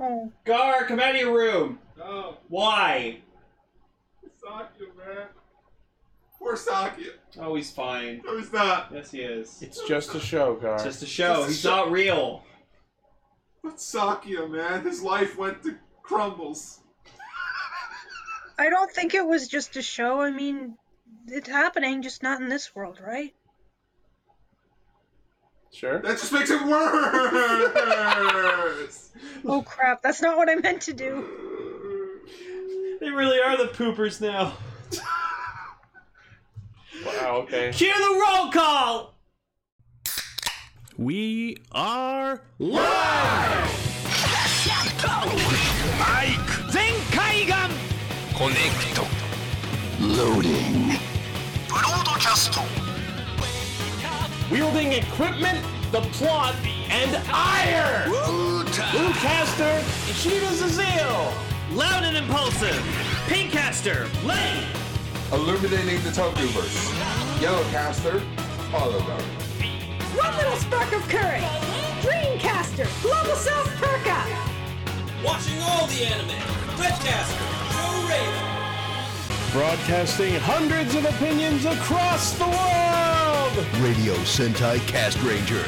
Oh, Gar, come out of your room. No, Why? Sakya, man. Poor Sakya. Oh, he's fine. No, he's not. Yes, he is. It's just a show, Gar. It's just a show. Just a he's show. not real. But Sakya, man, his life went to crumbles. I don't think it was just a show. I mean, it's happening, just not in this world, right? Sure. That just makes it worse. Oh crap, that's not what I meant to do. They really are the poopers now. Wow. Okay. Cue the roll call. We are live! Mike! 全海岸コネクト Loading ブロードキャスト Wielding equipment, the plot, and ire! Bluecaster, Ishida Zazil! Loud and impulsive! Pinkcaster, Lane! Illuminating the Tokuverse. Yellowcaster, Hollow Guard. One little spark of courage. Dreamcaster, Global South Perka. Watching all the anime. Redcaster, Joe Raven. Broadcasting hundreds of opinions across the world! Radio Sentai Cast Ranger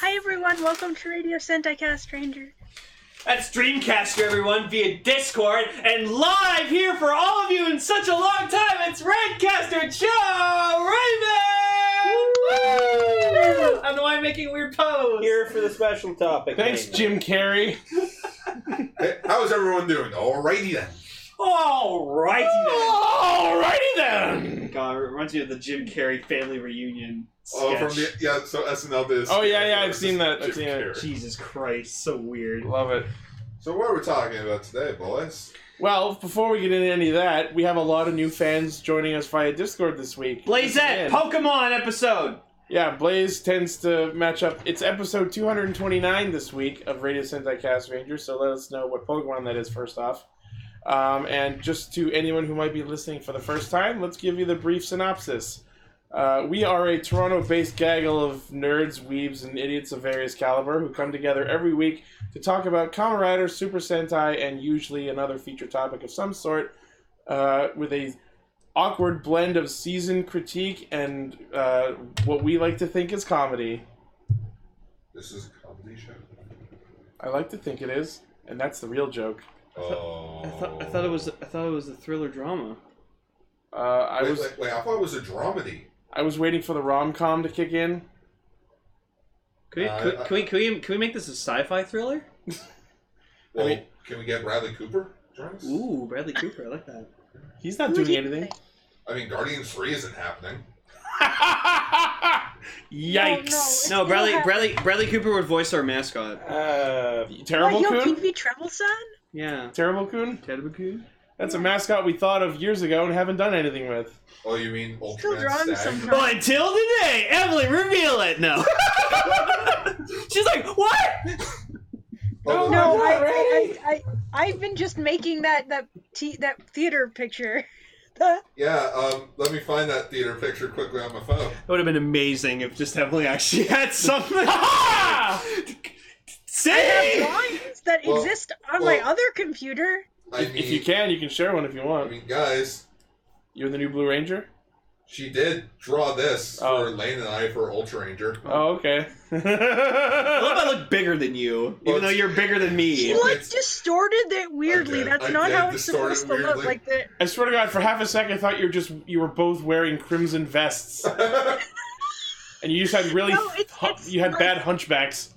Hi everyone, welcome to Radio Sentai Cast Stranger. That's Dreamcaster, everyone, via Discord, and live here for all of you in such a long time. It's Redcaster Joe Raven. Woo! I'm the one making weird pose. Here for the special topic. Thanks, mainly. Jim Carrey. Hey, how's everyone doing? Alrighty then. All righty Oh! Alrighty then. then. God, it reminds me of the Jim Carrey family reunion sketch. Oh, from the yeah, so SNL this. Oh, yeah, yeah, I've seen that, I've seen it. Jesus Christ, so weird. Love it. So what are we talking about today, boys? Well, before we get into any of that, we have a lot of new fans joining us via Discord this week. Blazette, Listen in. Pokemon episode. Yeah, Blaze tends to match up. It's episode 229 this week of Radio Sentai Cast Ranger, so let us know what Pokemon that is first off. Um, and just to anyone who might be listening for the first time, let's give you the brief synopsis. Uh, we are a Toronto based gaggle of nerds, weebs, and idiots of various caliber who come together every week to talk about Kamen Rider, Super Sentai, and usually another feature topic of some sort uh, with a awkward blend of seasoned critique and uh, what we like to think is comedy. This is a comedy show. I like to think it is, and that's the real joke. Oh. I thought it was the thriller drama. Uh, I Oh. wait, was wait, wait, I thought it was a dramedy. I was waiting for the rom com to kick in. Can we, Uh, could- can, we, can, we, can we make this a sci-fi thriller? Well, mean- can we get Bradley Cooper? join us? Ooh, Bradley Cooper, I like that. He's not Who doing do you anything. think? I mean, Guardians 3 isn't happening. Yikes! No, No, It's Bradley not- Bradley Bradley Cooper would voice our mascot. Uh, What, terrible yo, coon. King Treble-san? Yeah. Terrible coon. Ted Bakun? That's a mascot we thought of years ago and haven't done anything with. Oh, you mean Still drawing Ultraman Stag? sometimes. until today, Emily, reveal it. No. She's like, what? Oh, No, not I, ready. I, I, I, I've been just making that that te- that theater picture. Yeah, um, let me find that theater picture quickly on my phone. It would have been amazing if just Emily actually had something. See? Drawings that Well, exist on my well- other computer. I mean, If you can, you can share one if you I want. mean, guys, You're the new Blue Ranger. she did draw this Oh. for Lane and I for Ultra Ranger. Oh, okay. I love I look bigger than you, Well, even though it's- you're bigger than She me. like distorted it weirdly. did. That's I not did how it's distort it supposed to look. weirdly. Like the I swear to God, for half a second, I thought you were just you were both wearing crimson vests, Uh, and you just had really No, it's- hu- it's you had like- bad hunchbacks.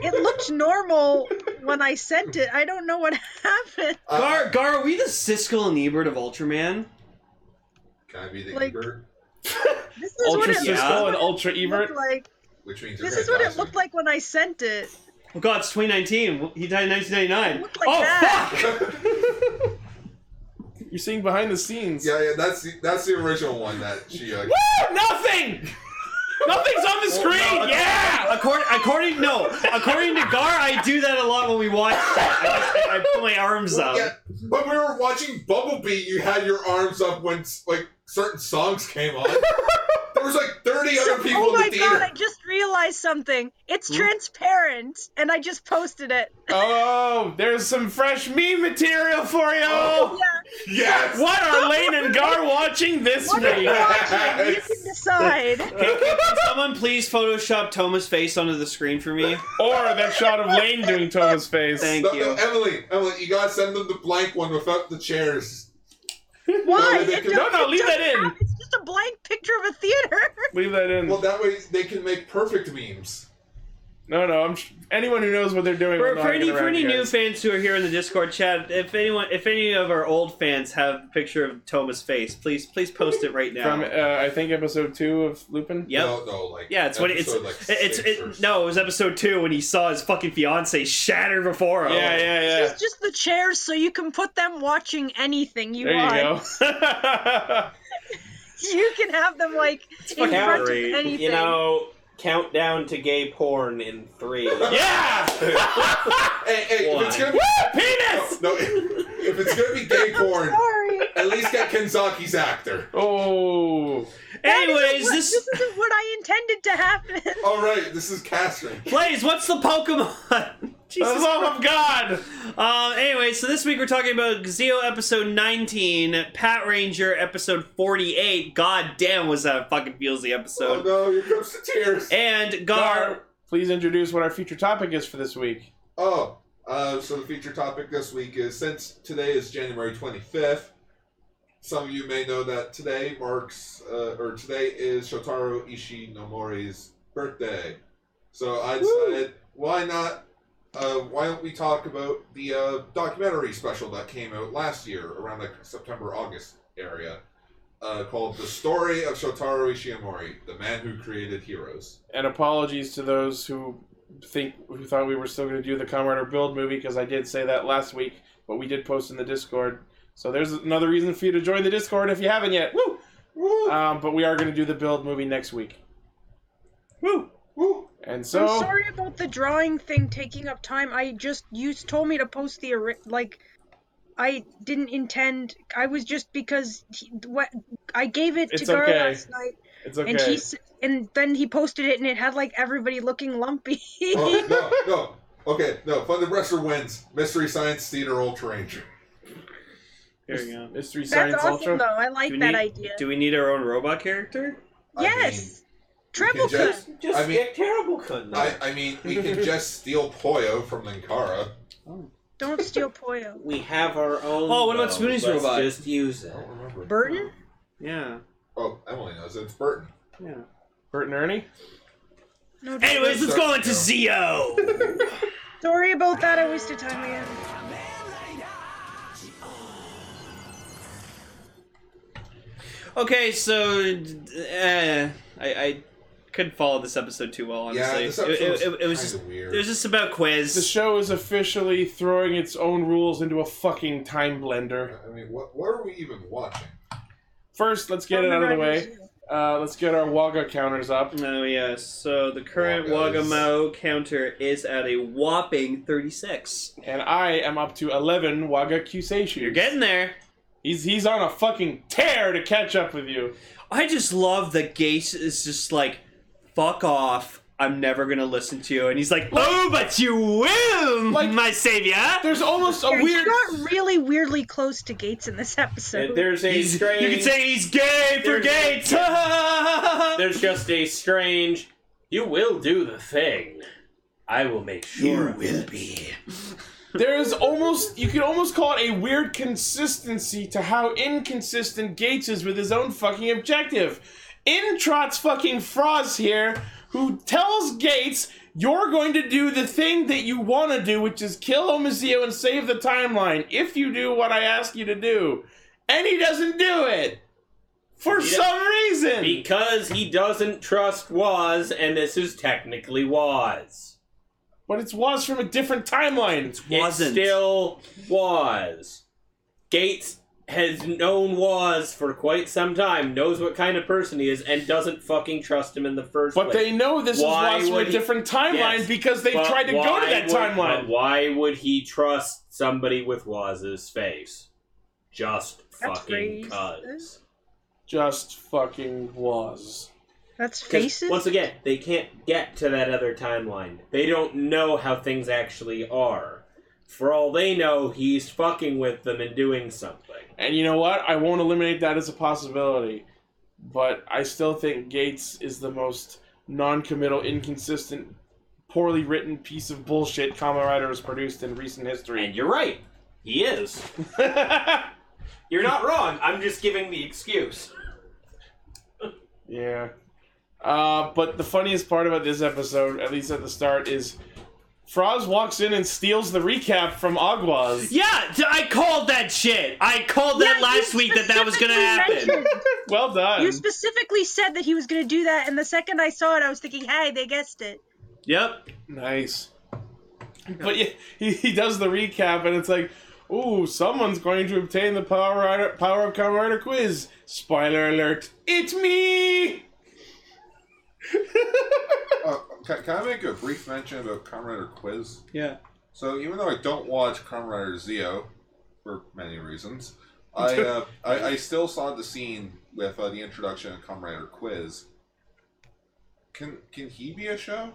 it looked normal when I sent it. I don't know what happened. Uh, Gar, Gar, are we the Siskel and Ebert of Ultraman? can I be the Like- Ebert? This is what Ultra it looks Siskel and Ultra looked Ebert. like. Which means you're This gonna is what die it soon. looked like when I sent it. Oh God, it's 2019. He died in 1999. Look like oh that. fuck! You're seeing behind the scenes. Yeah, yeah, that's the, that's the original one that she. Uh, Woo! Nothing. Nothing's on the screen. yeah. According, according, no, according to Gar, I do that a lot when we watch. it. I, just- I put my arms up. yeah, but we were watching Bumblebee. You had your arms up when like certain songs came on. there was like thirty other people oh in my the theater. god! I just something. It's transparent, and I just posted it. Oh, there's some fresh meme material for you. Oh. Yes! What are Lane and Gar watching this What are you week? watching? You can decide. Can, can- can someone please Photoshop Toma's face onto the screen for me? Or that shot of Lane doing Toma's face. Thank No, you. no, Emily, Emily, you gotta send them the blank one without the chairs. Why? No, they It can- doesn't- No, no, it leave that doesn't in. have- It's just a blank picture of a theater. Leave that in. Well, that way they can make perfect memes. No, no. I'm sh- anyone who knows what they're doing. will For, know for how to any get for around any you new guys. fans who are here in the Discord chat, if anyone if any of our old fans have a picture of Toma's face, please please post it right from, now. uh, I think episode two of Lupin. Yep. No, no, like Yeah, it's when it's episode, like, it's six or it, no, it was episode two when he saw his fucking fiance shatter before him. Yeah, yeah, yeah. It's just the chairs, so you can put them watching anything you There want. you go. You can have them like in fucking front great. of anything. You know, countdown to gay porn in three. yeah. Hey, hey, if it's gonna be, Penis. no, if it's gonna be gay porn, Sorry. at least get Kenzaki's actor. Oh. That isn't Anyways, what- this this isn't what I intended to happen. All right, this is Catherine. plays. What's the Pokemon? The Jesus love of God. Um, anyway, so this week we're talking about Zeo episode 19, Pat Ranger episode 48. God damn, was that a fucking feelsy Oh episode. no, here comes the tears. And Gar. Gar, please introduce what our future topic is for this week. Oh, uh, so the feature topic this week is since today is January 25th, some of you may know that today marks, uh, or today is Shotaro Ishii Nomori's birthday. So I decided, why not? Uh, why don't we talk about the uh, documentary special that came out last year around like September August area, uh, called "The Story of Shotaro Ishinomori, the Man Who Created Heroes." And apologies to those who think who thought we were still going to do the Comrade Build movie because I did say that last week, but we did post in the Discord. So there's another reason for you to join the Discord if you haven't yet. Woo! Woo! Um, but we are going to do the Build movie next week. Woo! Woo! And so I'm sorry about the drawing thing taking up time. I just you s- told me to post the ori- like. I didn't intend. I was just because he, what I gave it It's to Gar okay. last night, it's okay. and he s- and then he posted it, and it had like everybody looking lumpy. Oh, no, no. Okay, no. Fun the Wrestler wins. Mystery Science Theater Ultra Ranger. There you go. Mystery That's Science awesome, Ultra. though. I like Do we that need- idea. Do we need our own robot character? I yes, mean, we can Treble just- Cut. Just I mean- get terrible cunt. I, I mean, we can just steal Poyo from Linkara. Don't steal Poyo. We have our own. Oh, what about though. Spoonie's Let's robot? Just use I it. don't remember. Burton. Yeah. Oh, Emily knows. It's Burton. Yeah. Bert and Ernie. No. Anyways, let's go into Zeo. Sorry about that. I wasted time again. okay, so uh, I, I couldn't follow this episode too well. Honestly, Yeah, this it, episode it- it- it was kinda just weird. it was just about quiz. The show is officially throwing its own rules into a fucking time blender. I mean, what what are we even watching? First, let's get it out of the way. Uh, let's get our Waga counters up. Oh yes. So the current Wagos. Wagamau counter is at a whopping 36. And I am up to 11 Waga Kusei You're getting there. He's, he's on a fucking tear to catch up with you. I just love that Gase is just like, fuck off. I'm never gonna listen to you. And he's like, oh, but you will, Like- my savior. There's almost a Yeah, weird. He got really weirdly close to Gates in this episode. And There's a He's- strange. you can say he's gay for There's- Gates. yeah, There's just a strange. You will do the thing. I will make sure. You will be. There's almost. You could almost call it a weird consistency to how inconsistent Gates is with his own fucking objective. In trots fucking Frost here, who tells Gates, you're going to do the thing that you want to do, which is kill Omazeo and save the timeline if you do what I ask you to do. And he doesn't do it! For He do- some reason! Because he doesn't trust Waz, and this is technically Waz. But it's was from a different timeline. Wasn't. It still was. Gates has known Waz for quite some time, knows what kind of person he is, and doesn't fucking trust him in the first But place. they know this Why is was from would a he- different timeline Yes, because they've But tried to go why to that would- timeline. but why would he trust somebody with Waz's face? Just That's fucking racist. cuz. just fucking was. That's 'Cause, faces. Once again, they can't get to that other timeline. They don't know how things actually are. For all they know, he's fucking with them and doing something. And you know what? I won't eliminate that as a possibility, but I still think Gates is the most non-committal, inconsistent, poorly written piece of bullshit Kamen Rider has produced in recent history. And you're right. He is. You're not wrong. I'm just giving the excuse. Yeah. Uh, but the funniest part about this episode, at least at the start, is Froz walks in and steals the recap from Aguas. Yeah, d- I called that shit. I called that Yeah, last you week that that was gonna specifically happen. mentioned- Well done. You specifically said that he was gonna do that, and the second I saw it, I was thinking, "Hey, they guessed it." Yep. Nice. But yeah, he, he does the recap, and it's like, ooh, someone's going to obtain the Power Rider, Power of Kamen Rider quiz. Spoiler alert, it's me! Uh, can, can I make a brief mention about Kamen Rider Quiz? Yeah. So even though I don't watch Kamen Rider Zeo for many reasons, I, uh, I I still saw the scene with uh, the introduction of Kamen Rider Quiz. Can can he be a show?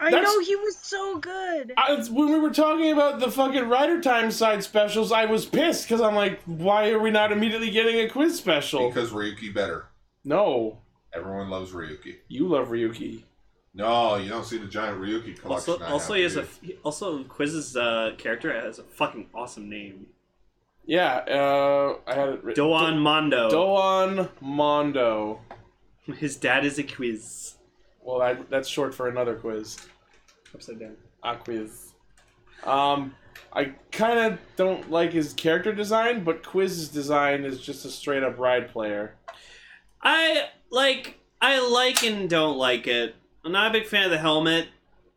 I That's- know he was so good. I, it's- when we were talking about the fucking Rider Time side specials, I was pissed because I'm like, why are we not immediately getting a quiz special? Because Ryuki better. no, Everyone loves Ryuki. you love Ryuki. No, you don't see the giant Ryuki collection. Also, I also have, he has a dude. he- also Quiz's uh, character has a fucking awesome name. Yeah, uh, I had it written. Doan Mondo. Doan Mondo. His dad is a quiz. Well, I, that's short for another quiz. Upside down. Aquiz. Um, I kind of don't like his character design, but Quiz's design is just a straight up ride player. I like I like and don't like it. I'm not a big fan of the helmet.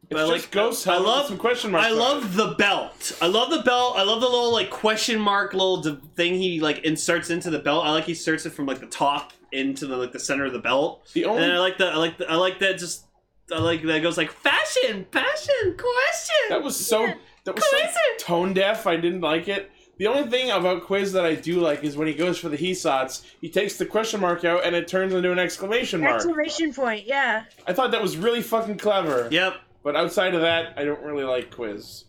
It's But, just like, Ghost I Helmet with love- some question marks. I on it. love the belt. I love the belt. I love the little like question mark little d- thing he like inserts into the belt. I like he inserts it from like the top into the like the center of the belt. the only And I like that. I like. The, I like that. Just I like that. it Goes like fashion, fashion, question. that was so that was so Quiz it. tone deaf. I didn't like it. The only thing about Quiz that I do like is when he goes for the Hisots, he takes the question mark out and it turns into an exclamation mark. Exclamation point. Yeah. I thought that was really fucking clever. Yep. But outside of that, I don't really like Quiz.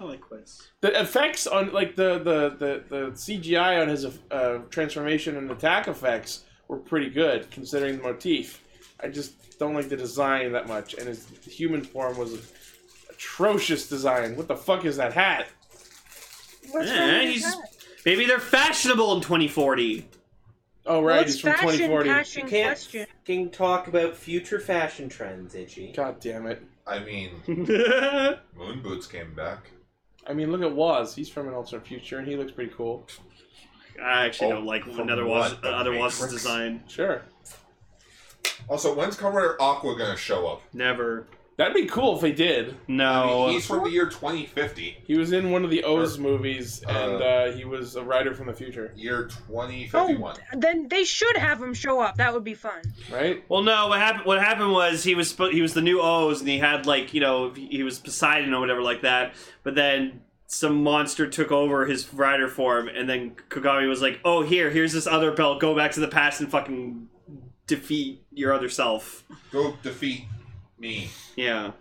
I like quiz. the effects on like the the the, the CGI on his uh, transformation and attack effects were pretty good considering the motif. I just don't like the design that much, and his human form was atrocious design. What the fuck is that hat? What's Yeah, wrong with he's- that? Maybe they're fashionable in 2040. Oh right, Well, he's it's from fashion, 2040. passion, question. fucking talk about future fashion trends, Itchy. God damn it! I mean, That's Moon Boots came back. I mean, look at Waz. He's from an alternate future, and he looks pretty cool. I actually don't Oh, like from another was what? The other was Matrix? design. Sure, Also, when's Kamen Rider Aqua gonna show up? Never. that'd be cool if they did. I mean, No. he's from the year 2050. He was in one of the O's movies, and Uh, uh, he was a writer from the future, Year 2051. Then they should have him show up. That would be fun. right? well, no. What happened? What happened was he was spo- he was the new O's, and he had like you know he he was Poseidon or whatever like that. But then some monster took over his rider form, and then Kagami was like, "Oh, here, here's this other belt. Go back to the past and fucking defeat your other self." Go defeat me. Yeah.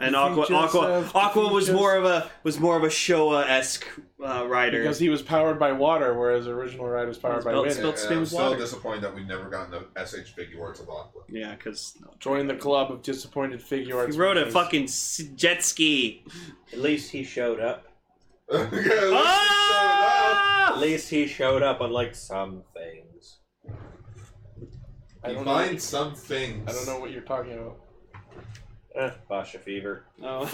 And Defeat Aqua, Aqua, yourself, Aqua defeat was more of a was more of a Showa esque uh, rider. Because he was powered by water, whereas the original ride was powered His by belt wind. spell- Don't And stay I'm with still water. disappointed that we've never gotten the SH Big Words of Aqua. yeah, because Join the club of disappointed figure he arts. rode a fans. fucking s- jet ski. At least he showed up. At Oh! least he showed up, unlike some things. I You don't, know, find some things. I don't know what you're talking about. Eh, Basha fever. Fuck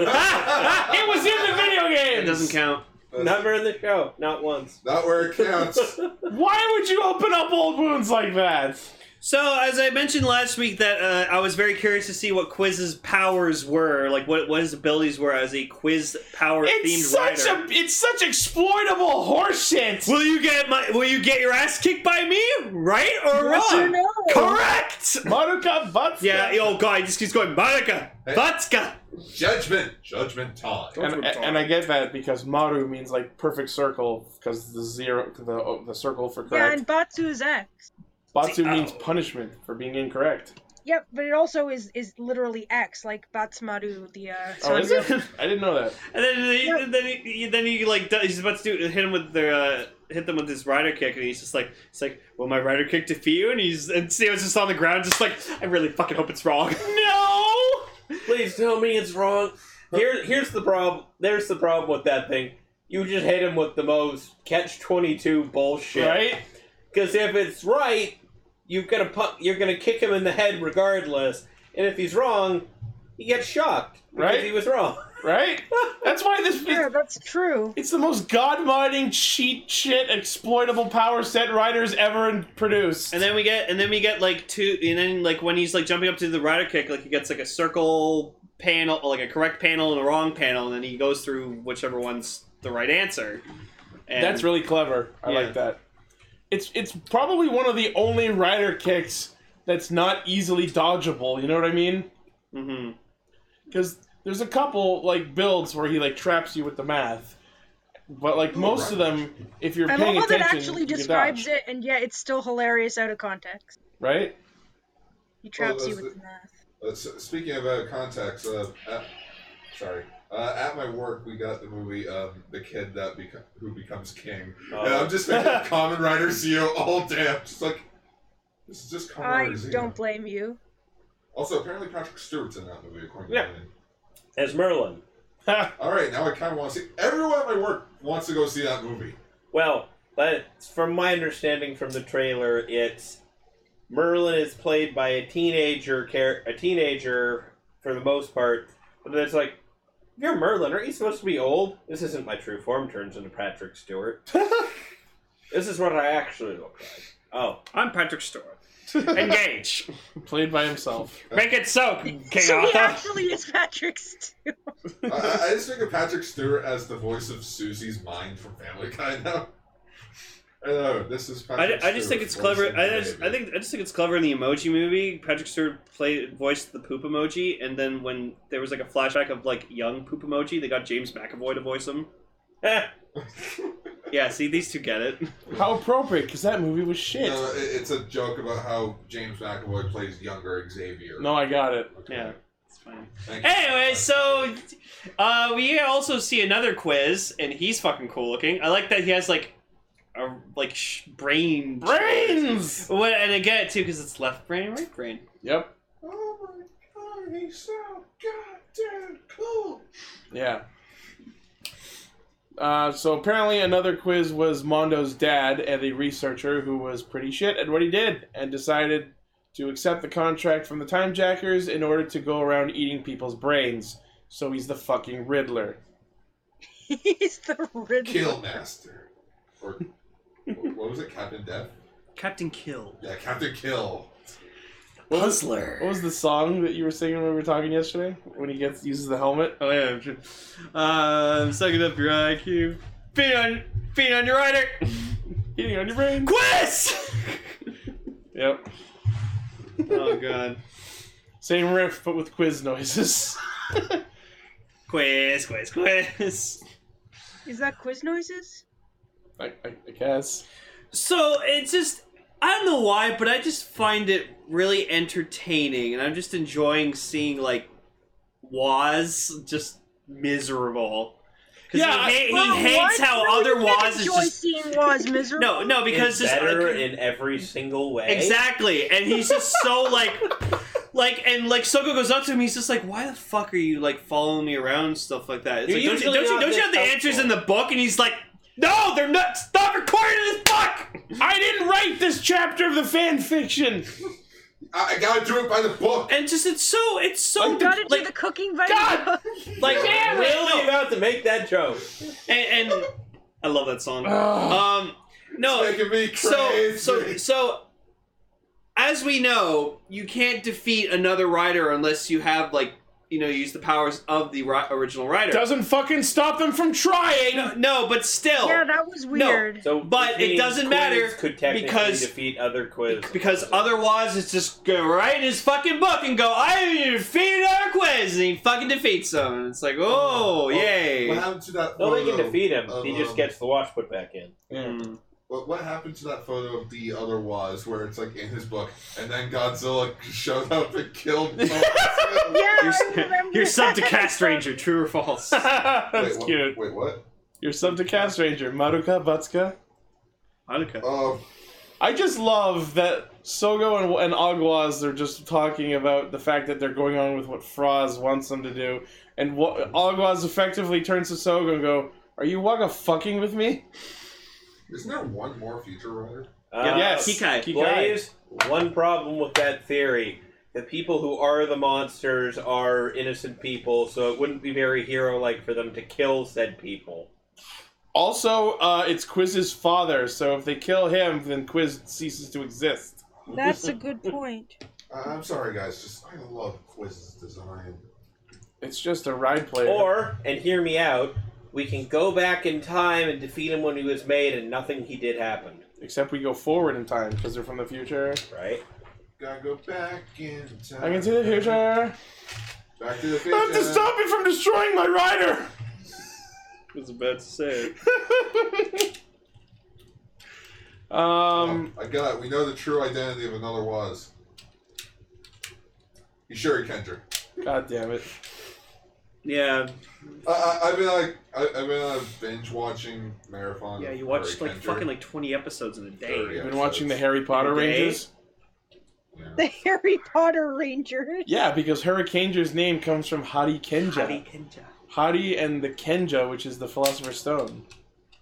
it was in the video game. Oh. It doesn't count. That's Never in the show. Not once. not where it counts. Why would you open up old wounds like that? So, as I mentioned last week, that uh, I was very curious to see what Quiz's powers were, like what, what his abilities were as a quiz power themed It's such rider. a it's such exploitable horseshit. Will you get my? Will you get your ass kicked by me? Right or Yes or wrong? no? Correct. Maruka Butts. Yeah. Oh god, he just keeps going. Monica, Vatska. Judgment. Judgment time. And, and I get that because Maru means like perfect circle because the zero the the circle for Yeah, correct. and Batsu's ex. Batsu means punishment for being incorrect. Yep, but it also is is literally X, like Batsumaru, the uh. Oh, is it? I didn't know that. And then he, then he, then he like does- he's about to do, hit him with the uh, hit them with his rider kick, and he's just like it's like, will my rider kick defeat you? And he's and Theo's just on the ground, just like I really fucking hope it's wrong. No! Please tell me it's wrong. Here, here's the problem. There's the problem with that thing. You just hit him with the most catch twenty two bullshit, Right? Because if it's right, you're gonna pu- you're gonna kick him in the head regardless. And if he's wrong, he gets shocked because Right? he was wrong. Right? That's why this. Yeah, that's true. It's the most god-modding, cheat shit, exploitable power set writers ever produced. And then we get and then we get like two and then like when he's like jumping up to the rider kick, like he gets like a circle panel like a correct panel and a wrong panel, and then he goes through whichever one's the right answer. And That's really clever. I Yeah. like that. It's it's probably one of the only rider kicks that's not easily dodgeable. You know what I mean? hmm Because there's a couple like builds where he like traps you with the math, but like most of them, if you're I love paying how that attention, actually you can describes dodge, it, and yet it's still hilarious out of context. right? Oh, He traps that's you the- with the math. Uh, s speaking of uh, contacts, uh, at, sorry. Uh, at my work, we got the movie um, "The Kid That Beco- Who Becomes King," Oh. and I'm just thinking of Common Rider Zio all day. I'm just like, this is just Common I Rider Zio. don't blame you. Also, apparently Patrick Stewart's in that movie, according Yeah. to me. As Merlin. All right, now I kind of want to see. Everyone at my work wants to go see that movie. Well, but from my understanding from the trailer, it's Merlin is played by a teenager char- a teenager for the most part, but then it's like you're Merlin, aren't you supposed to be old? This isn't my true form. Turns into Patrick Stewart. this is what I actually look like. Oh, I'm Patrick Stewart. Engage. Played by himself. Make it soak, King So he Arthur. actually is Patrick Stewart. I- I, I just think of Patrick Stewart as the voice of Susie's mind from Family Guy now. I don't know this is. I, Patrick ju- I just think Stewart it's clever. voicing I the just, I baby. think I just think it's clever in the emoji movie. Patrick Stewart played voiced the poop emoji, and then when there was like a flashback of like young poop emoji, they got James McAvoy to voice him. Eh. yeah, see, these two get it. How appropriate, because that movie was shit. No, it- it's a joke about how James McAvoy plays younger Xavier. no, I got it. Okay. Yeah, it's fine. Thank you. Anyway, so uh, we also see another quiz, and he's fucking cool looking. I like that he has like a like sh- brain Brains. Well, and I get it too because it's left brain, right brain. Yep. Oh my god, he's so goddamn cool. Yeah. Uh, so apparently another quiz was Mondo's dad and a researcher who was pretty shit at what he did and decided to accept the contract from the time jackers in order to go around eating people's brains. So he's the fucking Riddler. He's the Riddler. Killmaster. Or what was it, Captain Death? Captain Kill. Yeah, Captain Kill. What was, what was the song that you were singing when we were talking yesterday? When he gets uses the helmet? Oh yeah, I'm sure. Uh, I'm sucking up your IQ. Feet on, feet on your rider. Eating on your brain. Quiz. Yep. oh god. Same riff but with quiz noises. Quiz, quiz, quiz. Is that quiz noises? I, I, I guess. So it's just I don't know why, but I just find it really entertaining, and I'm just enjoying seeing like Waz just miserable. 'Cause Yeah, he, ha- Well, he hates why- how no, other you can't Waz is enjoy just seeing Waz miserable. no, no, because it's just better like, in every single way. Exactly. And he's just so like like and like Soko goes up to him, he's just like, Why the fuck are you like following me around and stuff like that? It's You're like, don't you usually don't you not don't you that have the answers helpful. in the book? And he's like, No, they're not stop recording this book! I didn't write this chapter of the fan fiction! I, I gotta do it by the book. And just it's so it's so You gotta do like, the cooking by God! like Really really about to make that joke. and, and I love that song. Ugh. Um no Making me so crazy. so so as we know you can't defeat another rider unless you have like you know use the powers of the ri- original rider Doesn't fucking stop them from trying! no but still Yeah, that was weird. So, But which it means doesn't quiz matter could technically because- defeat other quiz because otherwise it's just go right in his fucking book and go i defeated our quiz and he fucking defeats them and it's like oh, What yay happened to that? No, they can photo defeat him. of, he just um, gets the watch put back in. Mm. What, what happened to that photo of the other Waz where it's like in his book, and then Godzilla showed up and killed him? Yeah, I You're, remember. you're sub to Cast Ranger, true or false? That's wait, what, cute. Wait, what? You're sub to Cast Ranger, Maruka Butska. Hanukkah. Um, I just love that Sogo and, and Aguas are just talking about the fact that they're going on with what Froz wants them to do, and what Aguas effectively turns to Sogo and go, "Are you Waga fucking with me?" isn't there one more future writer? Uh, yes, Kikai. Kikai. Blaze, one problem with that theory. The people who are the monsters are innocent people, so it wouldn't be very hero like for them to kill said people. Also, uh, it's Quiz's father, so if they kill him, then Quiz ceases to exist. That's a good point. Uh, I'm sorry, guys. Just I love Quiz's design. It's just a ride player. Or, and hear me out, we can go back in time and defeat him when he was made and nothing he did happened. except we go forward in time because they're from the future. Right? Gotta go back in time. I can see the future. Back to the future. I have to stop it from destroying my rider. I was about to say it. Um, I got it. We know the true identity of another Waz. Ishuri Kendra. Oh, God damn it. Yeah, I, I, I've been like, I, I've been uh, binge watching marathon. yeah. You of watched Harry like Kendra. fucking like twenty episodes in a Sure, day. yeah. You've been watching the Harry Potter Day? Rangers? Yeah. The Harry Potter Ranger. Yeah, because Hurricane's name comes from Hadi Kenja. Hadi and the Kenja, which is the Philosopher's Stone.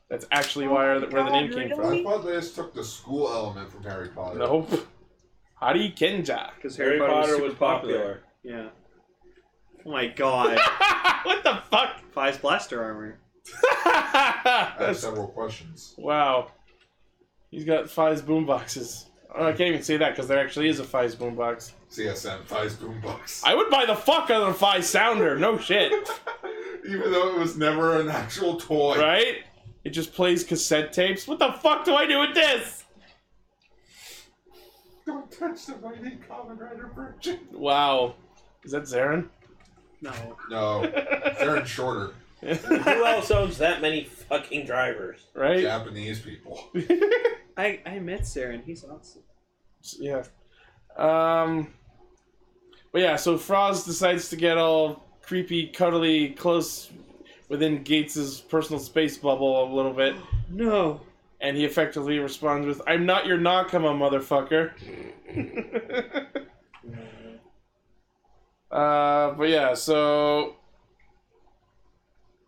That's actually why Oh my where the name God, came really? from. I thought they just took the school element from Harry Potter. Nope. Hadi Kenja. Because Harry Potter was super popular. Yeah. Oh my god. what the fuck? Five's blaster armor. I have That's- several questions. wow. He's got Fi's boomboxes. Oh, I can't even say that because there actually is a Fi's boombox. CSM Fi's boombox. I would buy the fuck out of a Fi sounder. No shit. Even though it was never an actual toy. right? It just plays cassette tapes. What the fuck do I do with this? Don't touch the mighty Common Rider version. Wow. Is that Zarin? No. No, they're in shorter. Who else owns that many fucking drivers? Right? Yeah. Japanese people. I I met Saren. He's awesome. Um But yeah, so Froz decides to get all creepy, cuddly, close within Gates' personal space bubble a little bit, No. and he effectively responds with, I'm not your Nakama, motherfucker. Uh, but yeah, so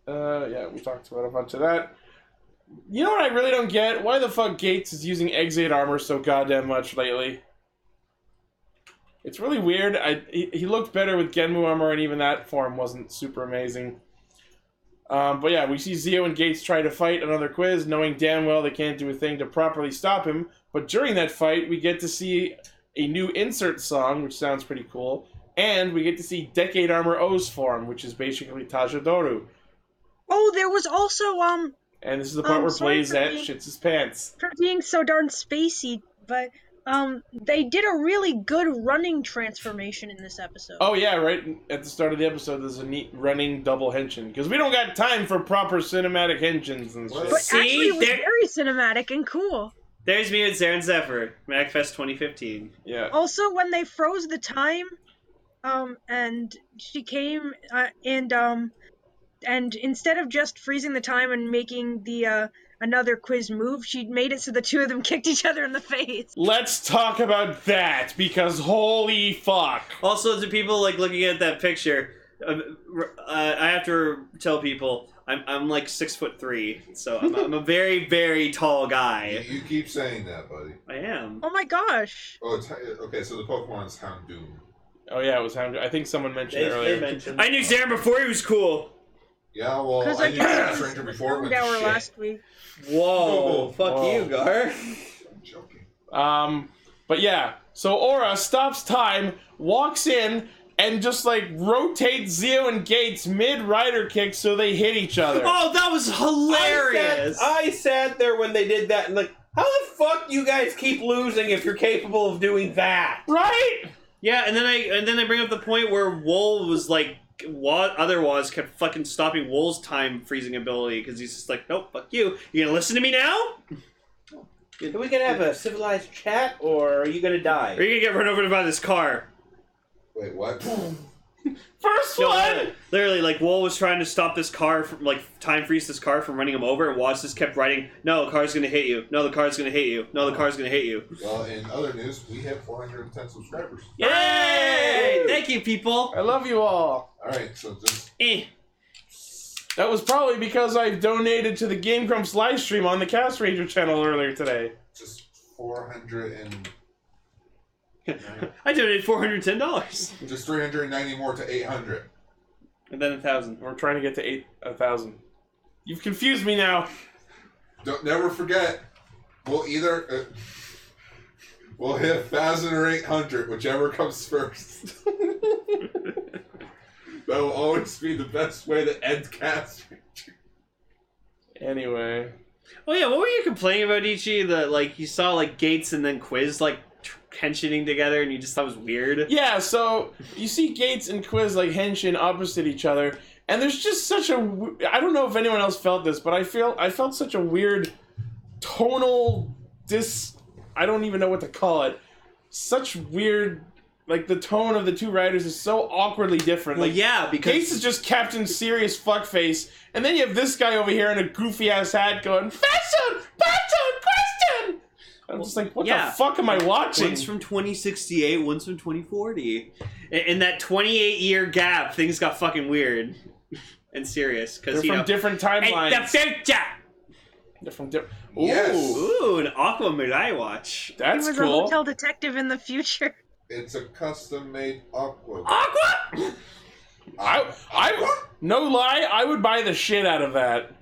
uh, yeah, we talked about a bunch of that. You know what I really don't get? Why the fuck Gates is using Exate armor so goddamn much lately? It's really weird. I he, he looked better with Genmu armor, and even that form wasn't super amazing. Um, but yeah, we see Zio and Gates try to fight another quiz, knowing damn well they can't do a thing to properly stop him. But during that fight, we get to see a new insert song, which sounds pretty cool. And we get to see Decade Armor O's form, which is basically Tajadoru. Oh, there was also um And this is the part Um, where sorry Blaze for at being- shits his pants. for being so darn spacey, but um they did a really good running transformation in this episode. Oh yeah, right at the start of the episode, there's a neat running double henshin because we don't got time for proper cinematic henshins and shit. but See, actually, it was there- very cinematic and cool. There's me and Saren Zephyr. MacFest 2015. Yeah, Also, when they froze the time, um, and she came uh, and um, and instead of just freezing the time and making the uh, another quiz move, she made it so the two of them kicked each other in the face. let's talk about that because holy fuck! Also, to people like looking at that picture, um, r- uh, I have to tell people I'm, I'm like six foot three, so I'm, I'm a very very tall You, guy. you keep saying that, buddy. I am. Oh my gosh! Oh, it's, okay. So the Pokemon's Houndoom. Oh yeah, it was Hound. I think someone mentioned They, it they earlier. mentioned. I knew Zaren before he was cool. Yeah, well, Because I I knew guess Crash it was Ranger before it went Houndour to shit. last week. Whoa, fuck Whoa. you, Gar. I'm joking. Um, but yeah, so Aura stops time, walks in, and just like rotates Zio and Gates mid rider kick so they hit each other. Oh, that was hilarious. I sat, I sat there when they did that and like, how the fuck you guys keep losing if you're capable of doing that? Right? Yeah, and then I and then I bring up the point where Wool was like, Wa- other Waz kept fucking stopping Wool's time freezing ability because he's just like, nope, fuck you. You gonna listen to me now? we can have a civilized chat, or are you gonna die? Are you gonna get run over by this car? Wait, what? First one. Literally, like Wool was trying to stop this car from like time freeze this car from running him over, and Watts just kept writing, "No, the car's gonna hit you. No, the car's gonna hit you. No, the car's gonna hit you." well, in other news, we have 410 subscribers. Yay! Thank you, people. I love you all. All right, so just Eh. That was probably because I donated to the Game Grumps live stream on the Cast Ranger channel earlier today. just 400 and I donated four hundred ten dollars, just 390 more to 800. and then a thousand. We're trying to get to eight a thousand. You've confused me now. Don't never forget. We'll either uh, we'll hit thousand or eight hundred, whichever comes first. that will always be the best way to end cast. Anyway, Oh yeah, what were you complaining about, Ichi? That like you saw like Gates and then Quiz like tr- tensioning together, and you just thought it was weird. yeah. So you see Gates and Quiz like henshin opposite each other, and there's just such a. w- I don't know if anyone else felt this, but I feel I felt such a weird tonal dis. I don't even know what to call it. Such weird. Like the tone of the two writers is so awkwardly different. Well, like yeah, because Case is just Captain Serious Fuckface, and then you have this guy over here in a goofy ass hat going, Fashion! Fashion! Question! I'm just like, what Yeah. the fuck am I watching? one's from 2068, one's from 2040. In, in that 28 year gap, things got fucking weird and serious They're because you from know. different timelines. It's the future. They're from different. Ooh, Yes. Ooh, an Aqua Mirai watch. He that's was a cool. hotel detective in the future. It's a custom made aqua. Aqua. I, I, no lie, I would buy the shit out of that.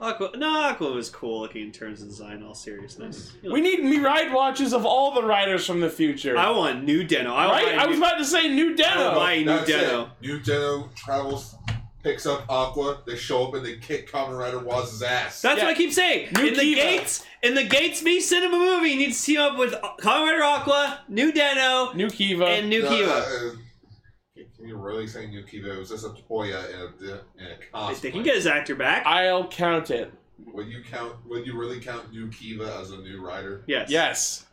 Aqua. No, Aqua was cool looking in terms of design. All seriousness. You know, We need me ride watches of all the riders from the future. I want new Deno. I want right? I was new, about to say new I Deno. want my new That's it. Deno. New Deno travels, picks up Aqua. They show up and they kick Kamen Rider Waz's ass. That's Yeah. what I keep saying. New in the Kiva. gates, in the gates, me cinema movie needs to team up with Kamen Rider Aqua, New Deno, new Kiva. and New No, Kiva. uh, uh, can you really say New Kiva? It was just a Toya and a, and a If cosplay. they can get his actor back. I'll count it. Would you count? Would you really count New Kiva as a new rider? yes. Yes.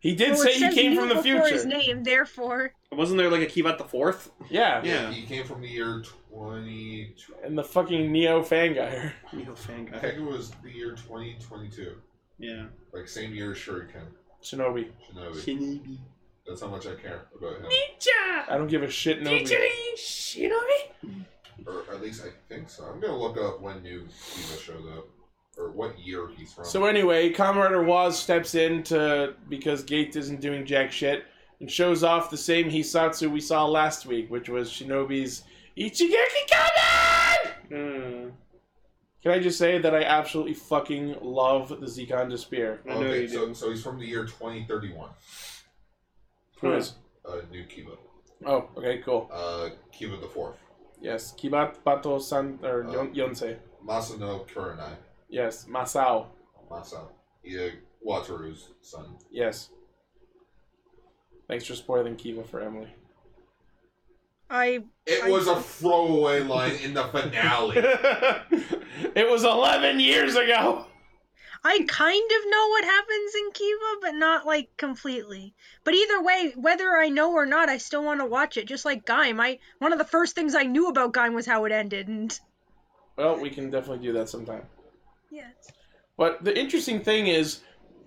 He did Well, it say he says came new from the before His future. name, therefore, Wasn't there like a Kivat the fourth? Yeah. Yeah. He came from the year 20. and the fucking Neo Fangire. Neo Fang I guy. think it was the year 2022. Yeah. Like, same year as Shuriken. Shinobi. Shinobi. Shinobi. That's how much I care about him. Ninja! I don't give a shit, Nobi. Shinobi? Or at least I think so. I'm going to look up when New Kiva showed up. Or what year he's from. So anyway, Comrade Waz steps in to because Gates isn't doing jack shit and shows off the same Hisatsu we saw last week, which was Shinobi's Ichigeki Kamen! Hmm. Mm, Can I just say that I absolutely fucking love the Zekan Despair? I know okay, you so, do. so he's from the year 2031. Who is? Uh, new Kiva. Oh, okay, cool. Uh, Kiva the Fourth. Yes, Kibat Bato San or Yon- Yonsei. Masano Kurenai. Yes, Masao. Masao. Yeah, Wataru's son. Yes. Thanks for spoiling Kiva for Emily. I It was a throwaway line in the finale. it was 11 years ago. I kind of know what happens in Kiva, but not like completely. But either way, whether I know or not, I still want to watch it. Just like Gaim, I one of the first things I knew about Gaim was how it ended, and Well, we can definitely do that sometime. yes, But the interesting thing is,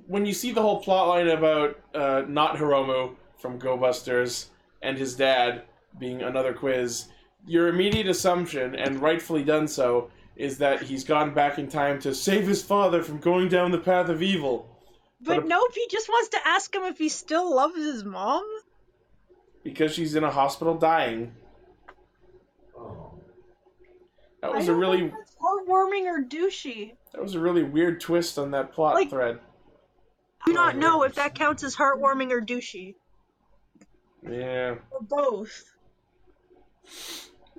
when you see the whole plot line about uh, not Hiromu from Go Busters and his dad being another quiz, your immediate assumption, and rightfully done so, is that he's gone back in time to save his father from going down the path of evil. But but a- nope, he just wants to ask him if he still loves his mom. because she's in a hospital dying. Oh. That I was a don't really think that's heartwarming or douchey. that was a really weird twist on that plot Like- thread. I do not know if that counts as heartwarming or douchey Yeah. or both.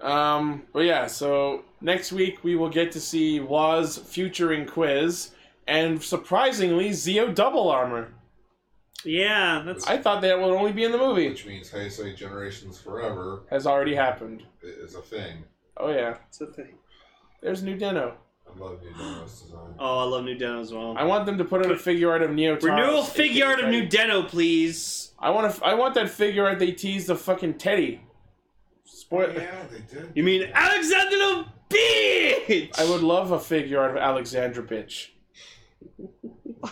Um, but yeah, so next week we will get to see Waz featuring Quiz and surprisingly Zeo double armor. Yeah, that's. I thought that would only be in the movie. Which means Heisei Generations Forever Has already happened. i- is a thing. Oh yeah, It's a thing. there's new Deno. I love New Dino's design. Oh, I love New Deno as well. I want them to put out a figure art of Neo. Renewal figure art of New Deno, please. I want to. I want that figure art they teased the fucking Teddy. Spoil. Oh, Yeah, they did. You mean Alexander the Bitch? I would love a figure art of Alexandra bitch.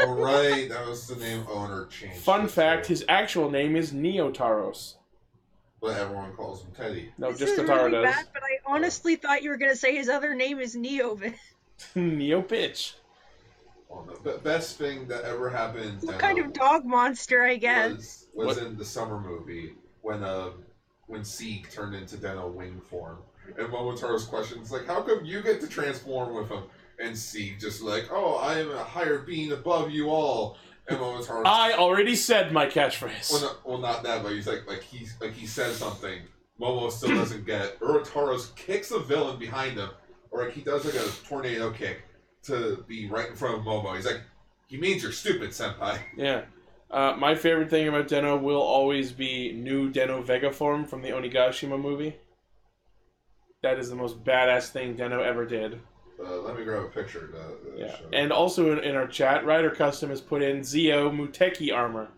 All right, that was the name owner changed. Fun it, fact: so- his actual name is Neo Taros. but everyone calls him Teddy. No, This just is Katara really does. bad, but I honestly thought you were gonna say his other name is Neovin. Neo bitch. Oh, no. But best thing that ever happened. Some uh, kind of dog monster, I guess. was, was What? in the summer movie when uh when Sieg turned into Deno wing form. And Momotaro's question is like, how come you get to transform with him? And Sieg just like, oh, I am a higher being above you all. And Momotaro, I already said my well, catchphrase. no, well, not that, but he's like, like he like he says something. Momo still doesn't get it. Urataro's kicks the villain behind him, or like he does like a tornado kick to be right in front of Momo. He's like, he means you're stupid, senpai. Yeah. Uh, my favorite thing about Deno will always be new Deno Vega form from the Onigashima movie. That is the most badass thing Deno ever did. Uh, let me grab a picture. To, uh, Yeah. show. And also in, in our chat, Rider Custom has put in Zio Muteki armor.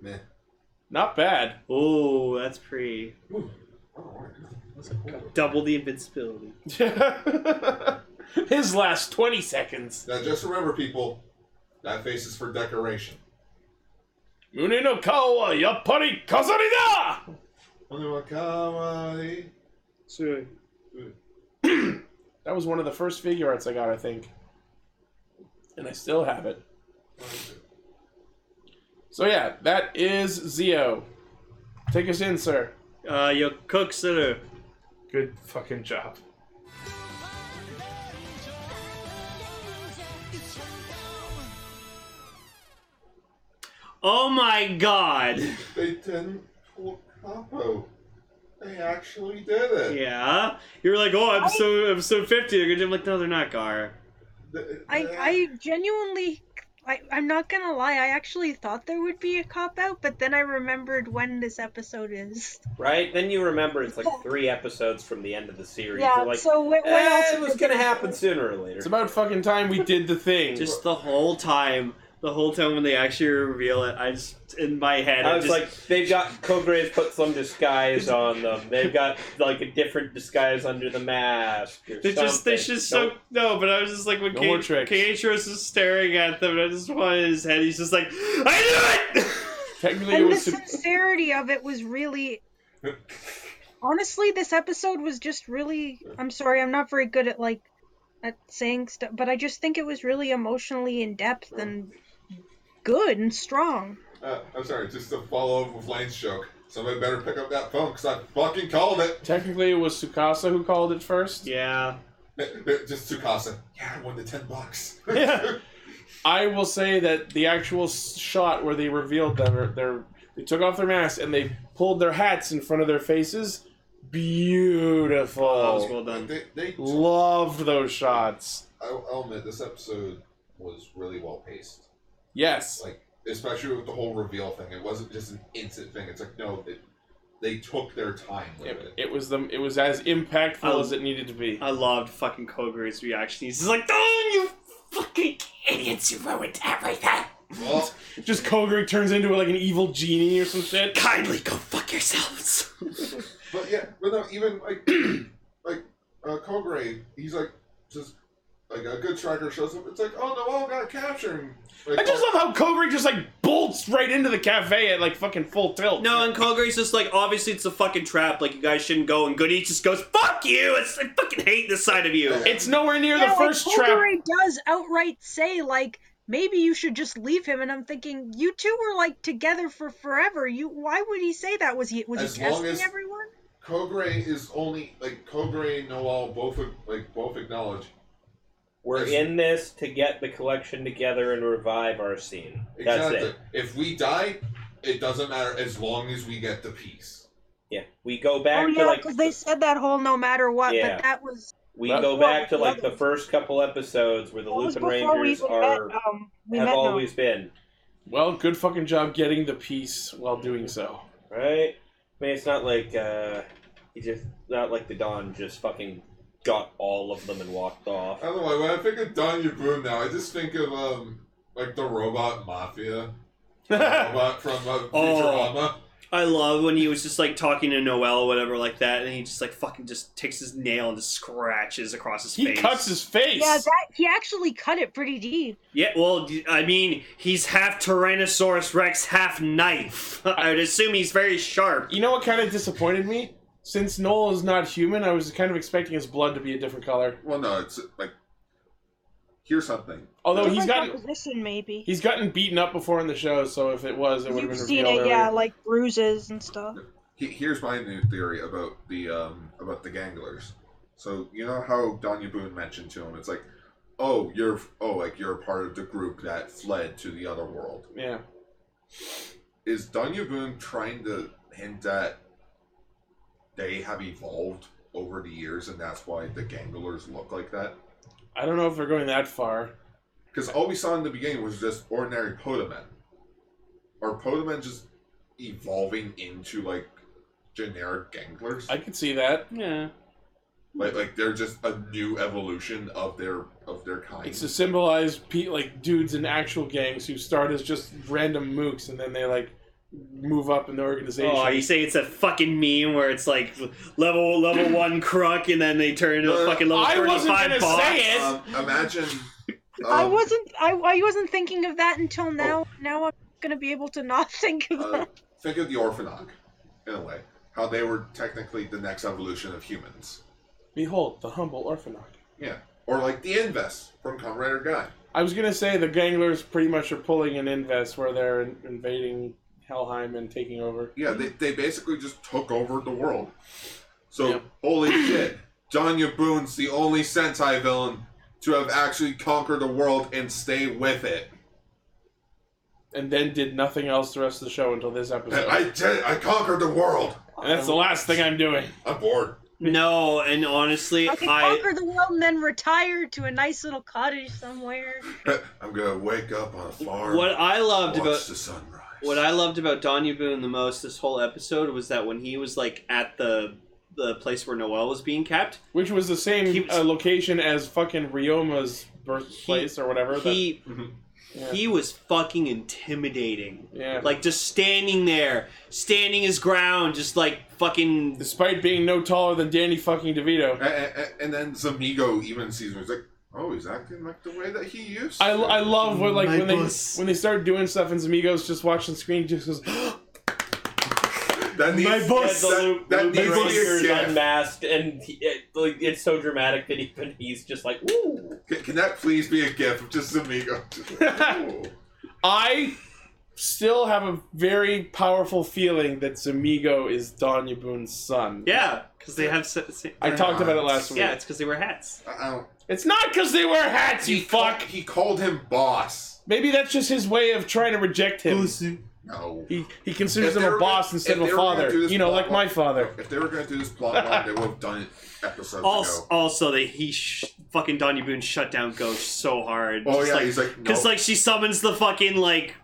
Meh. Not bad. Oh, that's pretty. Ooh. Oh, that's cool. Double the invincibility. His last 20 seconds. Now, just remember, people, that face is for decoration. Mune no kawa yappari kazari da! Onuwakawari. Sure. That was one of the first figure arts I got, I think. And I still have it. So yeah, that is Zio. Take us in, sir. Uh, your cook sitter. Good fucking job. Oh my god. They didn't pull Capo. They actually did it. Yeah. You were like, oh, episode episode 50. They're gonna do- I'm like, no, they're not, Gar. Th- I, that- I genuinely, I, I'm not gonna lie. I actually thought there would be a cop out, but then I remembered when this episode is. Right? Then you remember it's like three episodes from the end of the series. You're like, so what, eh, it was gonna happen sooner or later. It's about fucking time we did the thing. Just the whole time, the whole time when they actually reveal it, I just, in my head, I I'm was just- like, they've got Cogra's put some disguise on them. They've got like a different disguise under the mask. Or They just, they something. just so Nope. no, but I was just like when No K- more tricks. Keiichiros is staring at them, and I just wanted his head. He's just like, I knew it. Technically, it And the was. sup- sincerity of it was really. Honestly, this episode was just really. I'm sorry, I'm not very good at like at saying stuff, but I just think it was really emotionally in depth and good and strong. uh, I'm sorry, just to follow up with Lane's joke. Somebody better pick up that phone because I fucking called it. Technically, it was Sukasa who called it first. yeah, Just Tsukasa. Yeah, I won the 10 bucks. Yeah. I will say that the actual s- shot where they revealed their, their they took off their masks and they pulled their hats in front of their faces. Beautiful. that was well done. they, they I, Loved those shots. I'll admit, this episode was really well paced. Yes. like especially with the whole reveal thing it wasn't just an instant thing it's like no it, they took their time with It, it, it was them. It was as impactful I- as it needed to be. I loved fucking Kogra's reaction. He's just like, oh, you fucking idiots, you ruined everything. well Just Kogrig turns into like an evil genie or some shit. Kindly go fuck yourselves. but yeah but no even like like uh Kogre he's like just like a good striker shows up it's like oh no all got captured and, like, I just love how Kogrig just like bolts right into the cafe at like fucking full tilt. No, and Kogra's just like, obviously it's a fucking trap. Like you guys shouldn't go. And Goody just goes, fuck you. It's, I fucking hate this side of you. it's nowhere near the Yeah, like, first trap. Kokiri does outright say like maybe you should just leave him, and I'm thinking you two were like together for forever. You why would he say that? Was he was As he long testing as- everyone? Kogre is only like Kogre and Noel both like both acknowledge We're in this to get the collection together and revive our scene. That's exactly it. if we die it doesn't matter as long as we get the peace Yeah, we go back oh to yeah, like because they said that whole no matter what, Yeah. but that was we That- go back to like the first couple episodes where the that was Lupin before we Rangers even are met. Um, we have met now. always been Well, good fucking job getting the piece while doing so. right. I mean, it's not like uh, he just not like the Don just fucking got all of them and walked off. I don't know why. When I think of Danya Boom now, I just think of um like the robot mafia, The robot from uh, Futurama. I love when he was just like talking to Noel or whatever like that, and he just like fucking just takes his nail and just scratches across his face. his face. Yeah, that he actually cut it pretty deep. Yeah, well, d- I mean, he's half Tyrannosaurus Rex, half knife. I would assume he's very sharp. You know what kind of disappointed me? Since Noel is not human, I was kind of expecting his blood to be a different color. Well, no, it's like here's something. Although he's Different gotten composition, maybe. he's gotten beaten up before in the show, so if it was, it would have You've been seen revealed. it, earlier. yeah, like bruises and stuff. Um, He- Here's my new theory about the um about the ganglers. So you know how Danya Boone mentioned to him, it's like, oh, you're oh like you're a part of the group that fled to the other world. yeah. Is Danya Boone trying to hint that they have evolved over the years, and that's why the ganglers look like that? I don't know if they're going that far. Because all we saw in the beginning was just ordinary Podamen. Are Podamen just evolving into like generic ganglers? I could see that. Yeah. Like like they're just a new evolution of their of their kind. It's to symbolize pe- like dudes in actual gangs who start as just random mooks and then they like move up in the organization. Oh, you say it's a fucking meme where it's like level level one crook, and then they turn into a No, fucking level Uh, I wasn't thirty-five gonna boss. say it. um, imagine. I um, wasn't. I, I wasn't thinking of that oh. until now. Now I'm gonna be able to not think of uh, that. think of the Orphanog, in a way, how they were technically the next evolution of humans. Behold, the humble orphanage. Yeah, or like the Invest from Comrade or Guy. I was gonna say the ganglers pretty much are pulling an invest where they're in- invading Helheim and taking over. Yeah, they, they basically just took over the world. So Yep. holy shit, Danya Boone's the only Sentai villain to have actually conquered the world and stay with it. And then did nothing else the rest of the show until this episode. I did, I conquered the world. and that's the last thing I'm doing. I'm bored. No, and honestly, I could I conquer the world and then retire to a nice little cottage somewhere. I'm gonna wake up on a farm. what I loved watch about the sunrise. What I loved about Danya Boone the most this whole episode was that when he was like at the the place where Noel was being kept, Which was the same He was- uh, location as fucking Ryoma's birthplace or whatever. that- he yeah. he was fucking intimidating. Yeah. Like just standing there, standing his ground, just like fucking Despite being no taller than Danny fucking DeVito. A- a- a- and, then Zamigo even sees me. He's like, "Oh, he's acting like the way that he used." I, to." I love what like My when they boss. when they start doing stuff and Zamigos just watching screen just goes that needs, my boss- That, Luke- that Luke needs to be Besser a is gif. unmasked, and he, it, like, it's so dramatic that even he's just like, "Ooh!" Can, can that please be a gif of just Zamigo? Ooh. I still have a very powerful feeling that Zamigo is Danya Boone's son. yeah, because they have se- se- I talked about it last week. yeah, it's because they wear hats. I I don't. It's not because they wear hats, you He called- fuck. He called him boss. Maybe that's just his way of trying to reject him. No. He, he considers If they him a were boss gonna- instead if of a they were gonna father. do this You know, plot like my line- father. If they were going to do this plot line, they would have done it episodes Also, ago. also that he sh- fucking Danya Boone shut down Ghosh so hard. Oh Just yeah, like, he's like, no. because like she summons the fucking like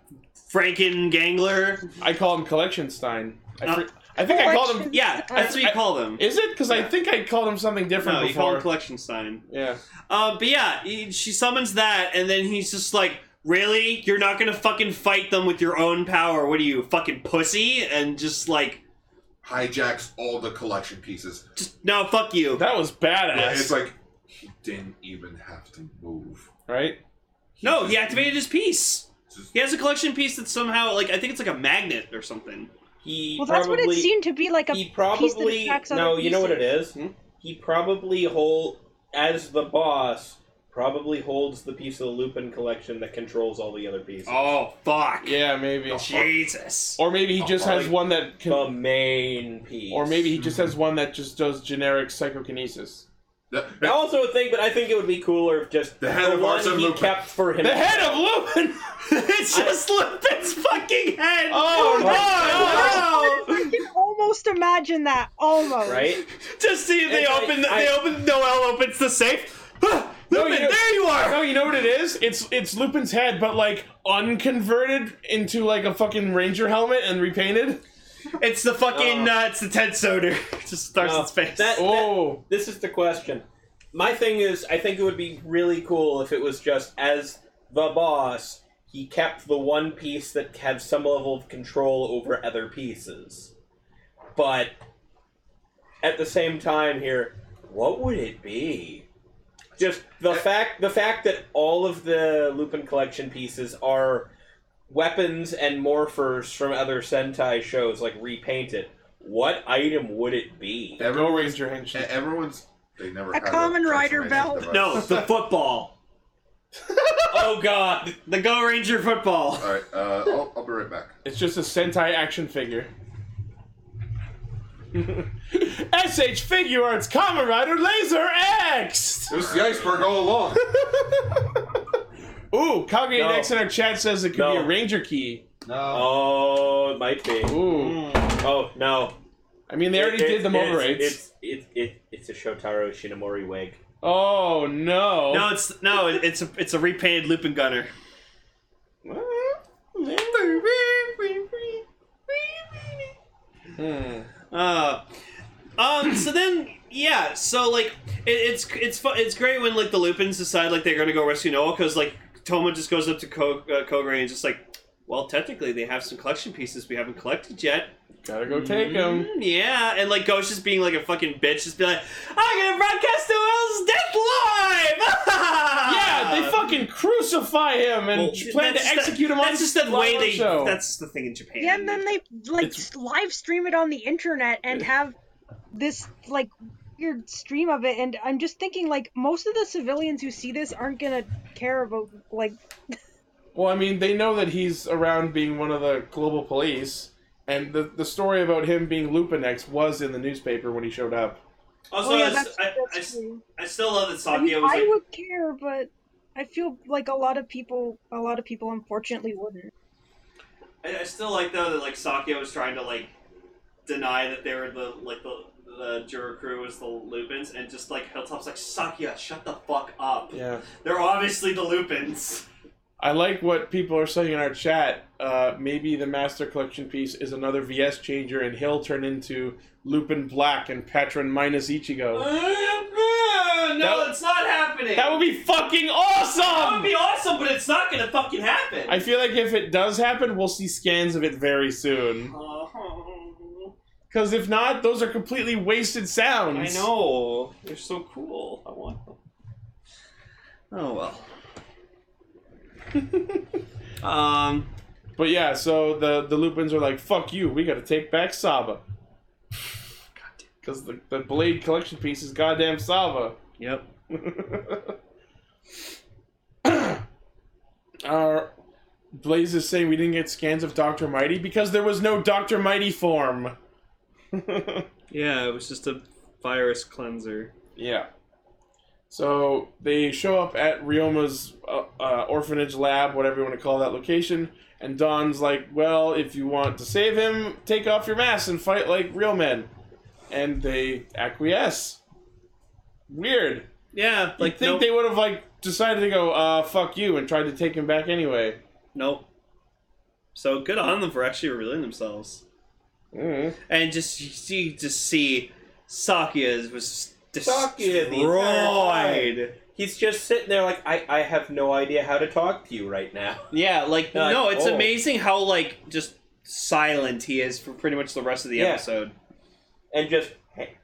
Franken Gangler. I call him Collectionstein. I, Uh, fr- I think I called him. Yeah, that's what you call them. Is it? Because I think I called him something different No, you call before. them collection sign. yeah. Um, but yeah, he, she summons that, and then he's just like, "Really? You're not gonna fucking fight them with your own power? What are you, fucking pussy?" And just like, hijacks all the collection pieces. just, "No, fuck you." That was badass. Yeah, it's like he didn't even have to move. right? no, he activated his piece. Just- He has a collection piece that somehow, like, I think it's like a magnet or something. He Well, that's probably what it seemed to be like a he piece that probably attracts other no. You know what it pieces. is? Hmm? He probably hold as the boss probably holds the piece of the Lupin collection that controls all the other pieces. Oh fuck! Yeah, maybe. Jesus. Or maybe he just has like- one that can. The main piece, Or maybe he just has one that just does generic psychokinesis. That- I also think, but I think it would be cooler if just The head of one Arsene he Lupin. kept for him. The head of Lupin! it's just Lupin's fucking head. Oh, my Oh, no! I can almost imagine that. Almost. right? Just see if they It's like, open. The, I- they open. Noel opens the safe. Ah, No, Lupin, you know- there you are. No, you know what it is? It's it's Lupin's head, but like unconverted into like a fucking ranger helmet and repainted. It's the fucking. No. Uh, it's the Ted Soder. It Just starts No, its face. that- Oh, This is the question. My thing is, I think it would be really cool if it was just as the boss, he kept the one piece that had some level of control over other pieces. But at the same time, here, what would it be? Just the fact the fact that all of the Lupin collection pieces are weapons and morphers from other Sentai shows, like repainted. What item would it be? Go Ranger Henshin. e-, Everyone's they never A had common rider transformation belt. device. No, the football. oh God! The Go Ranger football. Oh. All right, uh, I'll, I'll be right back. It's just a Sentai action figure. SH Figure Arts Kamen Rider Laser X! It was the iceberg all along. Ooh, Kagane No. X in our chat says it could be No. a Ranger Key. No. Oh, it might be. Ooh. Mm. Oh no! I mean, they already It- did the it's- Motorites. It's it's it, it's a Shotaro Shinomori wig. Oh, no. No, it's no, it- it's a it's a repainted Lupin Gunner. Hmm. Uh, um. So then, yeah. So like, it, it's it's fu- it's great when like the Lupins decide like they're gonna go rescue Noah because like Toma just goes up to Ko- uh, Kogre and just like, well, technically they have some collection pieces we haven't collected yet. Gotta go take him. Mm, yeah, and like Ghost just being like a fucking bitch, just be like, I'm gonna broadcast Noah's death live. Yeah, they fucking crucify him and Ah. Well, plan to that's just execute the, him on That's just the way Flower they. show. That's the thing in Japan. Yeah, and then they like It's- live stream it on the internet and have this like weird stream of it. And I'm just thinking like most of the civilians who see this aren't gonna care about like Well, I mean, they know that he's around being one of the global police, and the, the story about him being Lupinex was in the newspaper when he showed up. Also, oh, yeah, I s- that's, I, I that's s- true. I still love that I, Sakia mean, was I like, would care, but I feel like a lot of people, a lot of people, unfortunately, wouldn't. I, I still like though that like Sakia was trying to like deny that they were the like the the juror crew was the Lupins, and just like Hilltop's like Sakia, shut the fuck up. Yeah. They're obviously the Lupins. I like what people are saying in our chat. Uh, maybe the Master Collection piece is another VS changer, and he'll turn into Lupin Black and Patron minus Ichigo. no, That- it's not happening. That would be fucking That would awesome! be awesome, but it's not gonna fucking happen. I feel like if it does happen, we'll see scans of it very soon. Oh, Because if not, those are completely wasted sounds. I know. They're so cool. I want them. Oh well. um. But yeah, so the the Lupins are like, "Fuck you, we got to take back Saba," because the the blade collection piece is goddamn Saba. Yep. Our Blaze is saying we didn't get scans of Doctor Mighty because there was no Doctor Mighty form. Yeah, it was just a virus cleanser. Yeah. So they show up at Rioma's uh, uh, orphanage lab, whatever you want to call that location, and Don's like, "Well, if you want to save him, take off your mask and fight like real men," and they acquiesce. Weird. Yeah, Like, like think nope, they would have like decided to go, "Uh, fuck you," and tried to take him back anyway. nope. So good on them for actually revealing themselves, Mm. and just you see, just see Sakia was Sakia, destroyed. the entire He's just sitting there like I, I have no idea how to talk to you right now. Yeah, like Like, no, it's oh. amazing how like just silent he is for pretty much the rest of the Yeah. episode. And just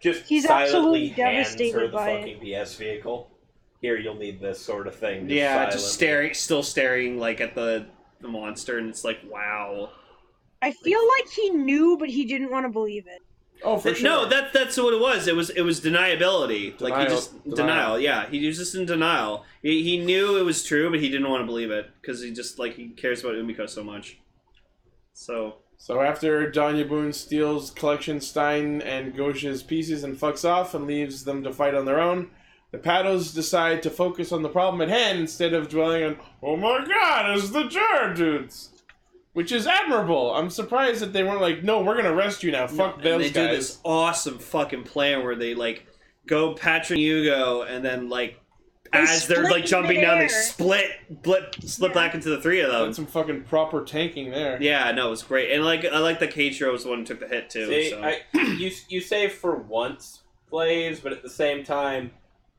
just He's silently absolutely hands her devastated the by it. fucking PS vehicle. Here you'll need this sort of thing. yeah, silently. just staring, still staring like at the the monster, and it's like wow. I feel like he knew, but he didn't want to believe it. Oh, for Th- sure. No, that that's what it was. It was it was deniability. like he Denial- just denial. denial. Yeah, he was just in denial. He, he knew it was true, but he didn't want to believe it because he just like he cares about Umiko so much. So So after Danya Boone steals Collection Stein and Gosha's pieces and fucks off and leaves them to fight on their own, the Pados decide to focus on the problem at hand instead of dwelling on, oh my god, it's the Jar dudes! Which is admirable. I'm surprised that they weren't like, no, we're gonna arrest you now. Fuck and those they guys. do this awesome fucking plan where they like go Patrick and Hugo, and then like They as they're split like jumping down, they midair. split, blip, slip Yeah. back into the three of them. That's some fucking proper tanking there. yeah, no, it was great, and like I like the Keitro was the one who took the hit too. See, so. I, you you say for once plays, but at the same time,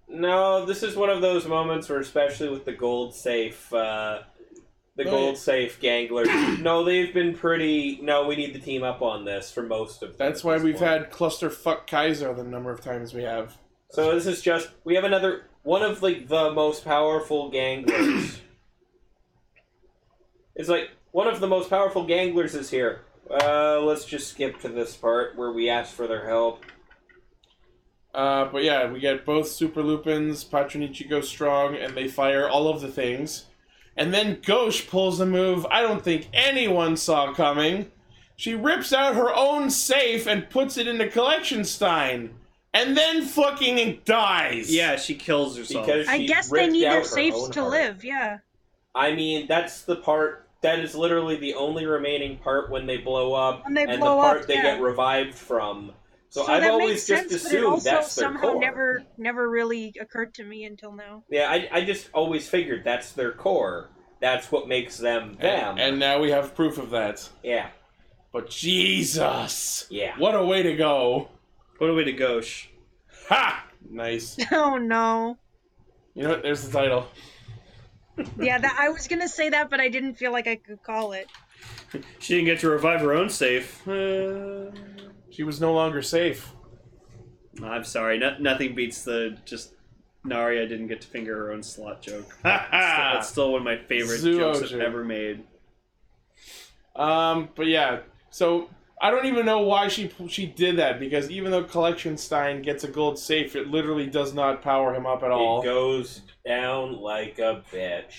No, this is one of those moments where, especially with the gold safe, uh, the Oh, gold yeah. safe ganglers. no, they've been pretty. No, we need to team up on this for most of. Them That's at why this we've point. had clusterfuck Kaiser the number of times we have. So this is just we have another one of like the most powerful ganglers. it's like one of the most powerful ganglers is here. Uh, let's just skip to this part where we ask for their help. Uh, but yeah, we get both Super Lupins, Patronichi goes strong, and they fire all of the things. And then Gauche pulls a move I don't think anyone saw coming. She rips out her own safe and puts it into Collection Stein. And then fucking dies. Yeah, she kills herself. Because I she guess they ripped need out their her safes own to heart. live. Yeah. I mean, that's the part that is literally the only remaining part when they blow up When they and blow the part up, they yeah. get revived from. So, so I've that makes always just sense, but it assumed also that's their somehow core. never never really occurred to me until now. Yeah, I, I just always figured that's their core. That's what makes them them. And, and now we have proof of that. yeah, But Jesus! yeah. What a way to go! What a way to gauche. Ha! Nice. Oh no. You know what? There's the title. Yeah, that I was gonna say that, but I didn't feel like I could call it. She didn't get to revive her own safe. Uh, She was no longer safe. I'm sorry. No, nothing beats the just Naria didn't get to finger her own slot joke. Ha ha! That's still one of my favorite Zuo jokes I've joke. ever made. Um, but yeah, so I don't even know why she she did that because even though Collection Stein gets a gold safe, it literally does not power him up at all. It goes down like a bitch.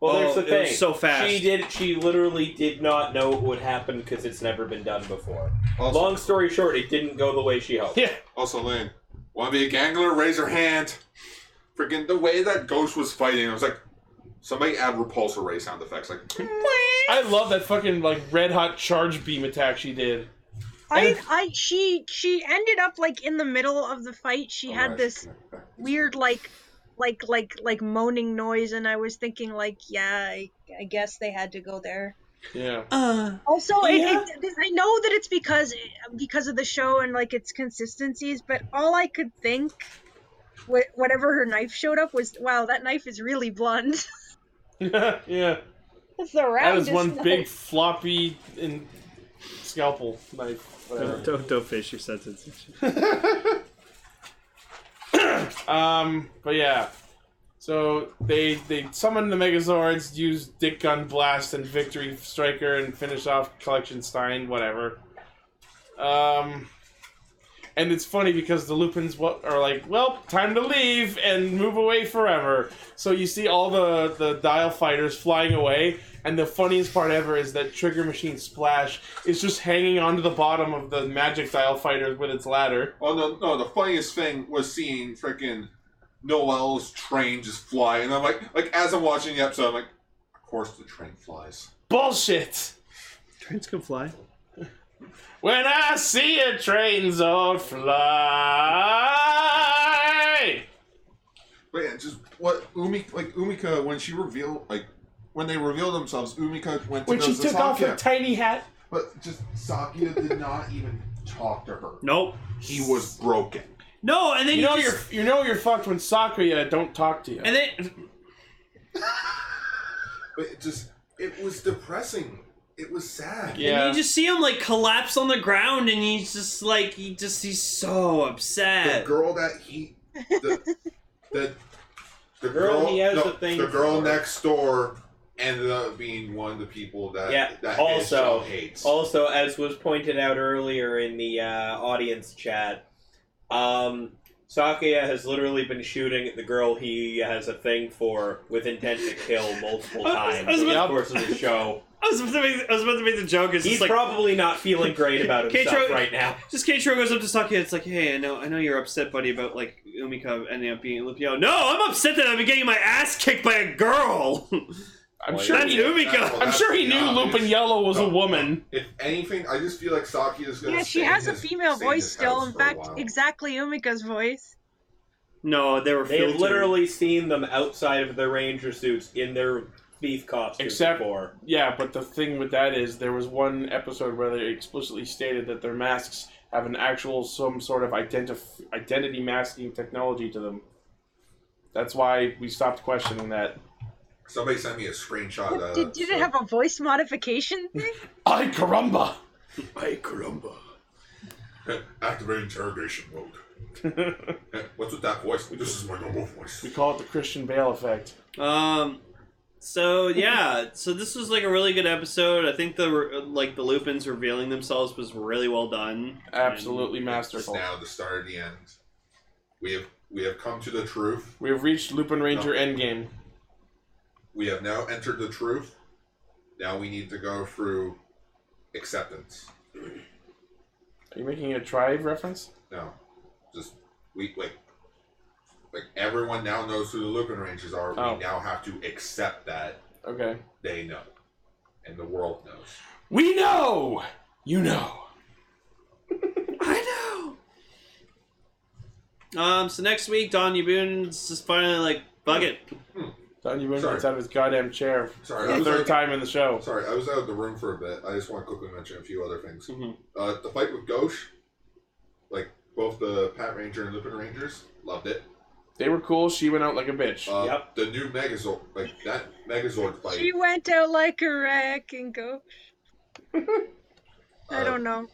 Well, Oh, there's the it was thing. so fast. She did. She literally did not know it would happen because it's never been done before. Also, Long story short, it didn't go the way she hoped. yeah, also Lane, want to be a gangler? Raise your hand. Freaking the way that Ghost was fighting, I was like, somebody add repulsor ray sound effects. Like, I love that fucking like red hot charge beam attack she did. I, And- I, she, she ended up like in the middle of the fight. She Oh, had Alright, this weird, like, like, like, like moaning noise, and I was thinking, like, yeah, I, I guess they had to go there. Yeah, Also, it, it, I know that it's because because of the show and like its consistencies, but all I could think, wh- whatever her knife showed up was, wow, that knife is really blunt. yeah, it's the that roundest. is one knife. big floppy and scalpel knife. Whatever. Don't, don't, don't finish your sentence. Um, but yeah. So they they summon the Megazords, use Dick Gun Blast and Victory Striker, and finish off Collection Stein, whatever. Um, and it's funny because the Lupins wa- are like, "Well, time to leave and move away forever." So you see all the the Dial Fighters flying away, and the funniest part ever is that Trigger Machine Splash is just hanging onto the bottom of the Magic Dial Fighter with its ladder. oh no, no. The funniest thing was seeing freaking Noel's train just fly, and I'm like, like as I'm watching the episode, I'm like, of course the train flies. Bullshit. Trains can fly. When I see a train's old fly. But yeah, just what Umi like Umika when she revealed like when they revealed themselves, Umika went to When she those took off her Sakia, tiny hat. but just Sakia did not even talk to her. Nope. He was broken. No, and then You you, know just- you're you know you're fucked when Sakuya don't talk to you. and then But it just it was depressing. It was sad. yeah. you just see him like collapse on the ground, and he's just like he just he's so The upset. girl that he the the, the girl girl he has no, a thing the girl for. next door ended up being one of the people that Yeah, that also- Ishel hates. Also, as was pointed out earlier in the uh, audience chat, um, Sakia has literally been shooting at the girl he has a thing for with intent to kill multiple I was- I times was over the about- course of the show. I was about to make I was about to make the joke. It's He's just like probably not feeling great about himself Keitro- right now. Just Keiichiro goes up to Sakia. It's like, hey, I know, I know you're upset, buddy, about like Umika ending up being Lupio. No, I'm upset that I've been getting my ass kicked by a girl. I'm Well, sure that's he, Umika. I'm sure he knew Lupin Yellow was a No. woman. If anything, I just feel like Saki is gonna. Yeah, she stay in has a his- female stay in voice his still. house In for a fact, while. exactly Umika's voice. No, they were They've filtered. literally seen them outside of their ranger suits in their beef costume Except- before. Yeah, but the thing with that is there was one episode where they explicitly stated that their masks have an actual some sort of identif- identity masking technology to them. That's why we stopped questioning that. Somebody sent me a screenshot. Uh, Did, did it have a voice modification thing? Ay caramba! Ay, caramba. Activating interrogation mode. Eh, What's with that voice? This is my normal voice. We call it the Christian Bale effect. Um. So yeah, so this was like a really good episode. I think the re- like the Lupins revealing themselves was really well done. Absolutely It's masterful. now the start of the end. We have we have come to the truth. We have reached Lupin Ranger Endgame. We have now entered the truth. Now we need to go through acceptance. Are you making a tribe reference? No, just we like like everyone now knows who the Lupin Rangers are. Oh. We now have to accept that Okay. they know, and the world knows. We know! You know. Um. So next week, Don Yabun's just finally like, "Bug it." Don Yuen Sorry. gets out of his goddamn chair. Sorry, for I the was third like- time in the show. Sorry, I was out of the room for a bit. I just want to quickly mention a few other things. Mhm. Mm-hmm. Uh, the fight with Gauche, like both the Pat Ranger and Lupin Rangers, loved it. They were cool. She went out like a bitch. Uh, Yep. The new Megazord, like that Megazord fight. She went out like a wreck and go. I Uh, don't know.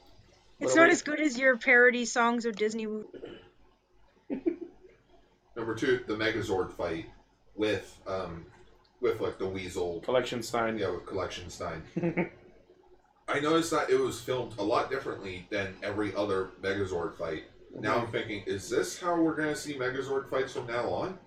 It's what not do as good as your parody songs of Disney movies. Number two, the Megazord fight with um with like the Weasel, Collection Stein. yeah, with Collection Stein. I noticed that it was filmed a lot differently than every other Megazord fight. Now I'm thinking, is this how we're gonna see Megazord fights from now on?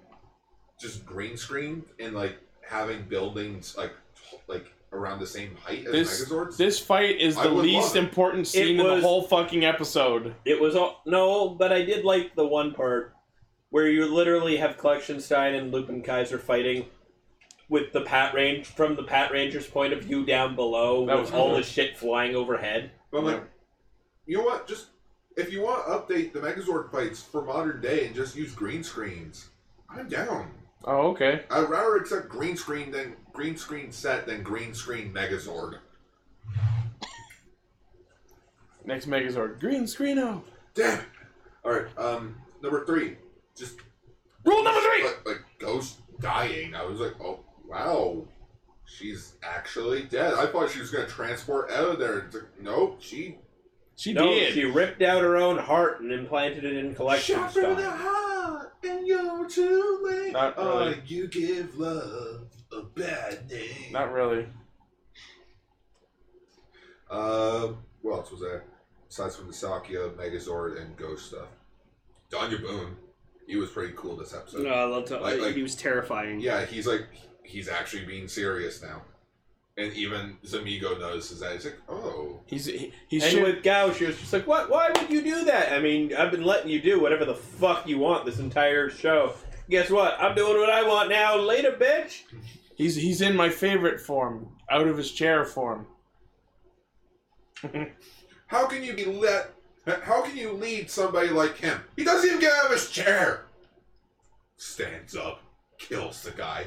Just green screen and like having buildings like t- like around the same height as This- Megazords. This fight is I the would least love it. important scene in the was- whole fucking episode. It was all no, but I did like the one part where you literally have Stein and Lupin Kaiser fighting with the Pat Range from the Pat Ranger's point of view down below That was with all cool. the shit flying overhead. but I'm like, you know what? Just if you want to update the Megazord fights for modern day and just use green screens, I'm down. Oh, okay. I'd rather accept green screen than green screen set than green screen Megazord. Next Megazord. Green Screeno. Damn. it. All right. Um, number three. Just Rule number three! like, like ghost dying. I was like, oh wow, she's actually dead. I thought she was gonna transport out of there. It's like, nope, she She no, did. she ripped out her own heart and implanted it in Collection shot through the Stein. heart, and you're too late. Not really. Oh, you give love a bad name. Not really. Uh, what else was there? Besides from the Sakia, Megazord, and Ghost stuff. Danya Boone. He was pretty cool this episode. No, I love to. Like- like- he was terrifying. Yeah, he's like, he's actually being serious now. And even Zamigo notices that. He's like, oh. He's he, he's And shit- with Gao, she was just like, "What? Why would you do that? I mean, I've been letting you do whatever the fuck you want this entire show. Guess what? I'm doing what I want now. Later, bitch." he's he's in my favorite form, out of his chair form. How can you be let? How can you lead somebody like him? He doesn't even get out of his chair. Stands up, kills the guy.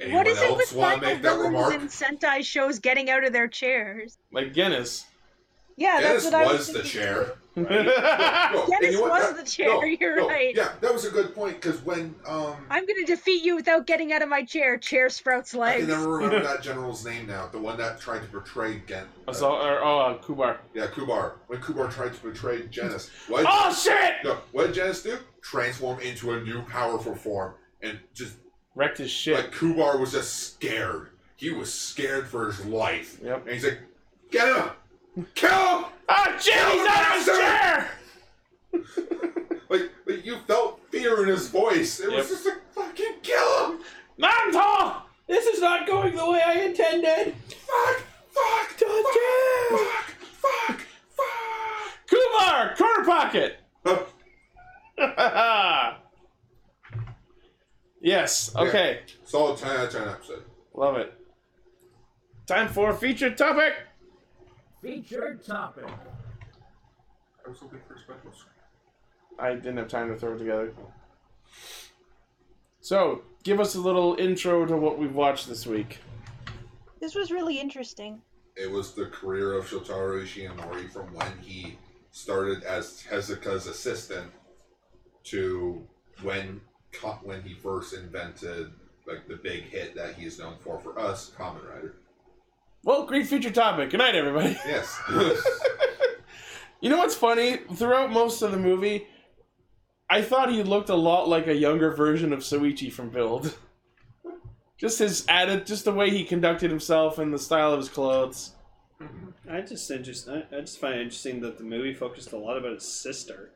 Anyone What is it else want with to Michael make that villains remark? in Sentai shows getting out of their chairs? Like Guinness. Yeah, Dennis that's what I was, was the thinking. chair. No, Dennis and you know what? was the chair, you're right. Yeah, that was a good point because when um, I, I'm gonna defeat you without getting out of my chair. Chair sprouts legs. can never remember that general's name now. The one that tried to betray Gen. uh, Assault, or, oh, uh, Kubar. yeah, Kubar. When Kubar tried to betray Genis, what? Oh shit! No, what did Genis do? Transform into a new powerful form and just Wrecked his shit. Like Kubar was just scared. He was scared for his life. Yep. And he's like, get him! Kill him! oh shit! He's out of his Bastard! chair. Like, like you felt fear in his voice. It Yep. was just like, fucking kill him! Mantle! This is not going the way I intended. Fuck! Fuck! fuck, Touch him! fuck! Fuck! Fuck! Kubar, corner pocket. Huh. yes. Okay. Solid 10 out of 10 episode. Love it. Time for featured topic. Featured topic. I was hoping for a special screen. I didn't have time to throw it together. So, give us a little intro to what we've watched this week. This was really interesting. It was the career of Shotaro Ishinomori from when he started as Tezuka's assistant to when co- when he first invented like the big hit that he is known for for us, Common Rider. Well, great feature topic. Good night, everybody. Yes. You know what's funny? Throughout most of the movie, I thought he looked a lot like a younger version of Soichi from Build. Just his added, just the way he conducted himself and the style of his clothes. I just interest, I, I just find it interesting that the movie focused a lot about his sister.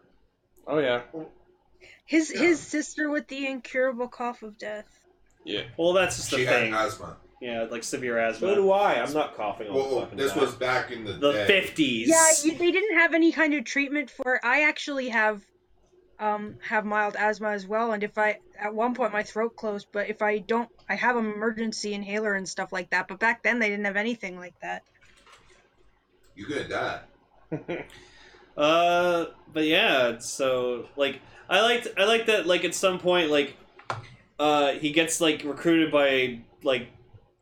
Oh yeah. His his sister with the incurable cough of death. Yeah. Well, that's just the She had thing. asthma. Yeah, like severe asthma. So do I. I'm not coughing all the Well, fucking this time. was back in the, The day. fifties. Yeah, you, they didn't have any kind of treatment for. it. I actually have, um, have mild asthma as well, and if I at one point my throat closed, but if I don't, I have an emergency inhaler and stuff like that. But back then they didn't have anything like that. You're gonna die. Uh, but yeah, so like I liked I liked that like at some point like uh he gets like recruited by like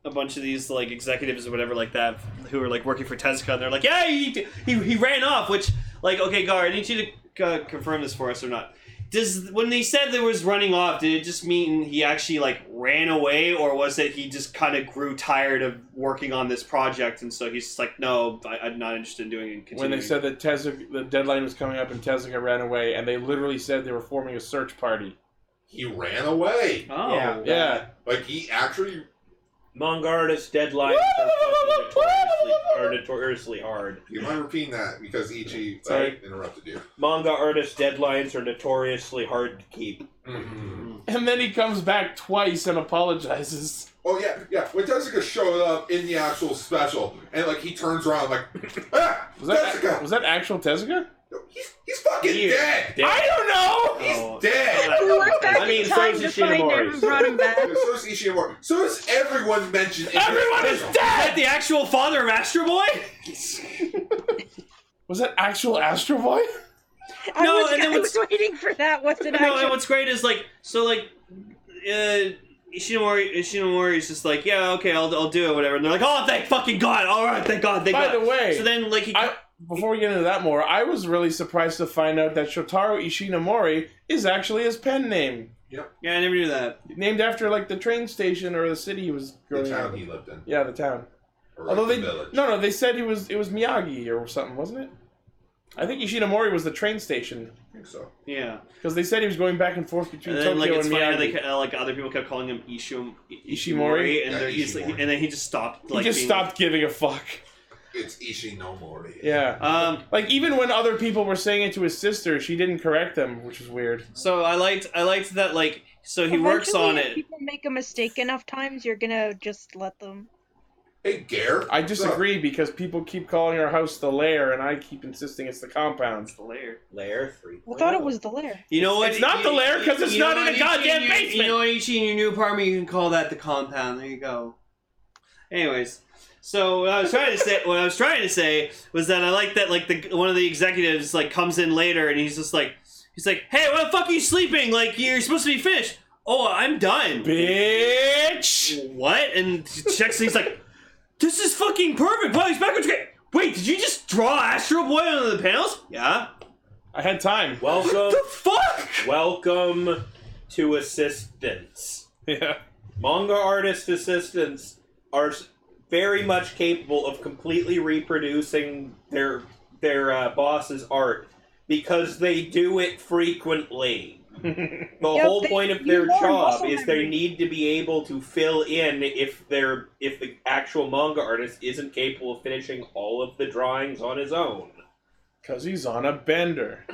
a bunch of these like executives or whatever like that who are like working for Tezuka and they're like yeah he he, he ran off which like okay Gar I need you to uh, confirm this for us or not does when they said there was running off did it just mean he actually like ran away or was it he just kind of grew tired of working on this project and so he's just like no I, I'm not interested in doing it and When they continuing." said that Tezuka, the deadline was coming up and Tezuka ran away, and they literally said they were forming a search party. He ran away. oh Yeah. Yeah. Like he actually. Manga artist deadlines are fucking notoriously, are notoriously hard. You mind repeating that because Ichi uh, Sorry. interrupted you. Manga artist deadlines are notoriously hard to keep. Mm-hmm. And then he comes back twice and apologizes. Oh yeah, yeah. When Tezuka showed up in the actual special, and like he turns around like, ah, Was that Tezuka, was that actual Tezuka? he's, he's fucking Yeah. dead. Dead. I don't know. He's Oh. dead. We went back I mean, in so time is to Ishida find Mori. him, brought him back. so is Ishimori. So is everyone mentioned. in this Everyone is special. Is dead. that the actual father of Astro Boy? Was that actual Astro Boy? I No, was, and then I was waiting for that. What's it no, and actually? what's great is like so like uh Ishinomori Ishinomori is just like, yeah, okay, I'll, I'll do it, whatever. And they're like, oh, thank fucking God. All right, thank God. Thank By God. the way, so then, like, he. I, before we get into that more, I was really surprised to find out that Shotaro Ishinomori is actually his pen name, yeah, I never knew that. named after like the train station or the city he was The growing up. town in. he lived in. Yeah, the town. Or Although the they no village. no they said he was it was Miyagi or something, wasn't it? I think Ishinomori was the train station I think so. Yeah. because they said he was going back and forth between And then, like, Tokyo it's and funny how they, Miyagi. ca- uh, like, other people kept calling him Ishim, Ishimori? And, Yeah, they're- he's, like- Ishimori. and then he just stopped, he like, just being- stopped giving a fuck. It's Ishinomori. Yeah. Um, Like even when other people were saying it to his sister, she didn't correct them, which is weird. so I liked, I liked that, like, so he works Eventually, on if it. People make a mistake enough times, you're gonna just let them. Hey, Gare. I what's disagree because people keep calling our house the lair, and I keep insisting it's the compound. It's the lair. Layer three. Oh, oh. I thought it was the lair. You know what? It's not the lair 'cause it's You know not in what, a Ichi, you- goddamn You basement. know what, Ichi, in your new apartment, you can call that the compound. There you go. Anyways, so what I was trying to say, what I was trying to say was that I like that, like the one of the executives like comes in later and he's just like, he's like, hey, why the fuck are you sleeping? Like you're supposed to be finished. Oh, I'm done. Bitch! What? And he checks and he's like, this is fucking perfect. Wow, he's back on track. Wait, did you just draw Astro Boy on one of the panels? Yeah. I had time. Welcome, The fuck? welcome to assistance. Yeah. Manga artist assistants are s- very much capable of completely reproducing their their uh, boss's art because they do it frequently. the whole they- point of you their learn job muscle is they memory. need to be able to fill in if their if the actual manga artist isn't capable of finishing all of the drawings on his own. Because he's on a bender.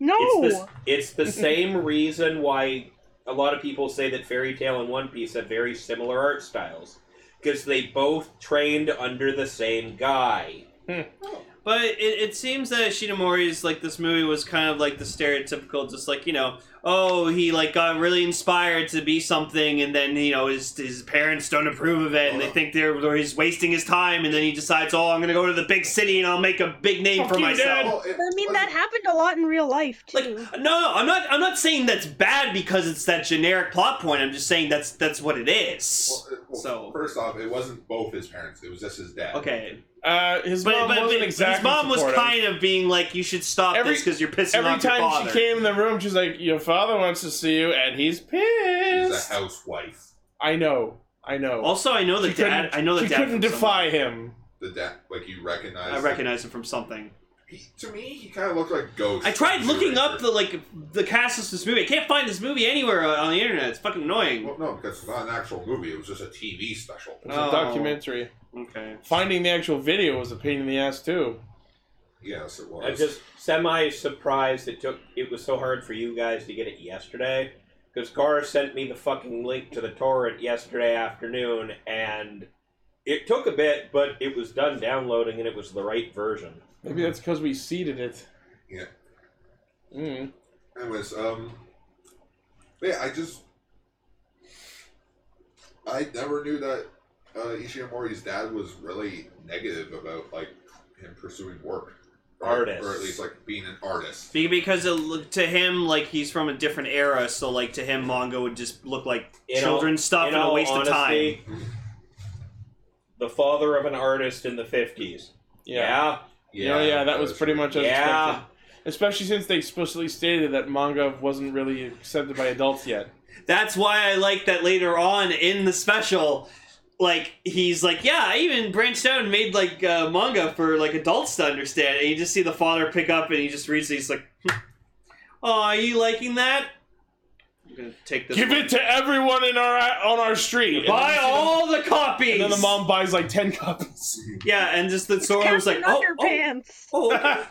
No, It's Oh. the, it's the same reason why a lot of people say that Fairy Tale and One Piece have very similar art styles because they both trained under the same guy. But it, it seems that Shinamori's like this movie was kind of like the stereotypical, just like you know, oh he like got really inspired to be something, and then you know his his parents don't approve of it, and they think they're or he's wasting his time, and then he decides, oh I'm gonna go to the big city and I'll make a big name for myself. I mean, that happened a lot in real life too. No, no, I'm not. I'm not saying that's bad because it's that generic plot point. I'm just saying that's that's what it is. Well, well, first off, it wasn't both his parents; it was just his dad. Okay. Uh, his mom wasn't exactly his mom was supportive. kind of being like, "You should stop Every- this because you're pissing Every off your time father." she came in the room, she's like, "Your father wants to see you," and he's pissed. He's a housewife. I know, I know. Also, I know the She dad. couldn't- I know the she dad. couldn't from defy him. The dad, like you somewhere. recognize. I recognize him from something. To me, he kind of looked like Ghost. I tried looking up the like the cast of this movie. I can't find this movie anywhere uh, on the internet. It's fucking annoying. Well, no, because it's not an actual movie; it was just a TV special. It was Oh. a documentary. Okay. Finding the actual video was a pain in the ass too. Yes, it was. I'm just semi surprised it took. It was so hard for you guys to get it yesterday because Gar sent me the fucking link to the torrent yesterday afternoon, and it took a bit, but it was done downloading, and it was the right version. Maybe that's because we seeded it. Yeah. Mm. Anyways, um, but yeah, I just I never knew that uh, Ishinomori's dad was really negative about like him pursuing work, Or- Artist. or at least like being an artist. Be- Because it, looked- to him, like he's from a different era, so like to him, manga would just look like In all- children's stuff in and a all waste of time. honesty, The father of an artist in the fifties. Yeah. Yeah, Oh, yeah, that was pretty much as Yeah. expected. Especially since they explicitly stated that manga wasn't really accepted by adults yet. That's why I like that later on in the special, like he's like, yeah, I even branched out and made like uh, manga for like adults to understand. And you just see the father pick up and he just reads. it. He's like, oh, are you liking that? I'm gonna take this. Give one. it to everyone in our on our street. And then Buy you see them- all the copies. And then the mom buys like ten copies. Yeah, and just the Sora was like, Captain oh, oh, underpants. oh. okay."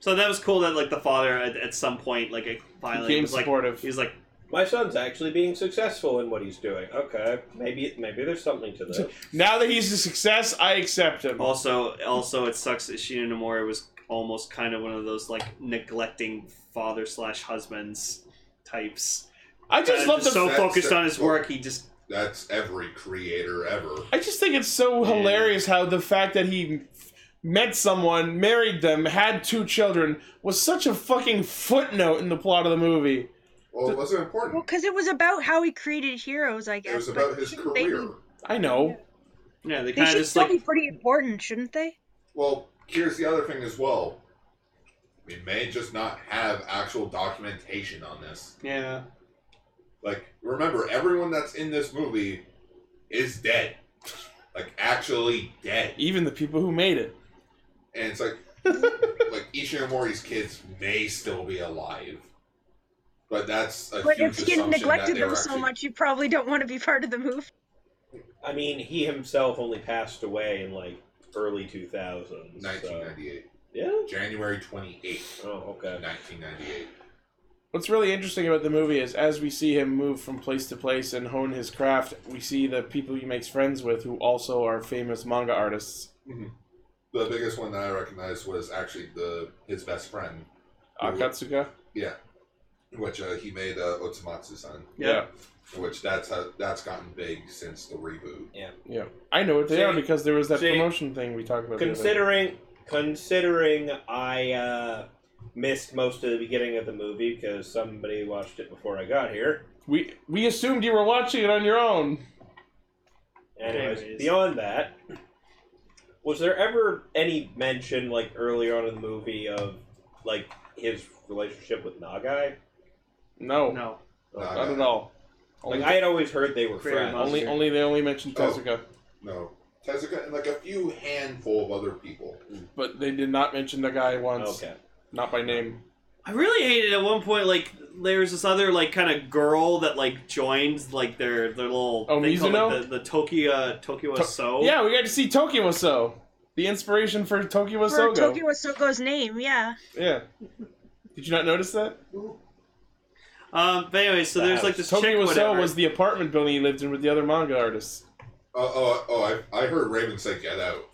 so that was cool that like the father at, at some point like it finally Became was like, supportive. he's like, My son's actually being successful in what he's doing. Okay, maybe maybe there's something to this. Now that he's a success, I accept him. Also, also, it sucks that Shina Nomori was almost kind of one of those like neglecting father slash husbands types. I just Uh, love the. so That's- focused on his that's- work, he just That's every creator ever. I just think it's so hilarious how the fact that he met someone, married them, had two children was such a fucking footnote in the plot of the movie. Well, it wasn't Well, important. because it was about how he created heroes, I guess. It was but about his shouldn't they be- career. I know. yeah, they They kind of should just still be like pretty important, shouldn't they? Well, here's the other thing as well. We may just not have actual documentation on this. yeah. Like, remember, everyone that's in this movie is dead. Like, actually dead. Even the people who made it. And it's like, like Ishinomori's kids may still be alive, but that's a But huge if you assumption neglected that they're them so actually- much, you probably don't want to be part of the movie. I mean, he himself only passed away in like early 2000s. So. 1998, Yeah. January 28th, Oh, okay. 1998. What's really interesting about the movie is as we see him move from place to place and hone his craft, we see the people he makes friends with who also are famous manga artists. The biggest one that I recognized was actually the his best friend, Akatsuka? which uh, he made uh, Otsumatsu-san, Yeah. which that's how, that's gotten big since the reboot. Yeah. I know what they See? are because there was that See? promotion thing we talked about. the other day. Considering considering I uh, missed most of the beginning of the movie because somebody watched it before I got here. We we assumed you were watching it on your own. Anyways, Anyways. beyond that, was there ever any mention like earlier on in the movie of like his relationship with Nagai? No. No. Nah, Not nah, at all. Like Only, I had always heard they were Creator friends. Monster. only, only they only mentioned Oh. Tezuka, No. Tezuka and like a few handful of other people. but they did not mention the guy once, Okay. not by name. I really hated at one point like there was this other like kind of girl that like joined like their their little Oh, they call it Mizuno? the, the Tokyo Tokyo To- So Yeah, we got to see Tokyo So, the inspiration for Tokyo For Sogo. Tokyo Soko's name, yeah. Yeah. Did you not notice that? Um, but anyway, so there's like this chick Tokyo So whatever. was the Uh, apartment building he lived in with the other manga artists. Oh, oh, oh! I, I heard Raven say "Get Out."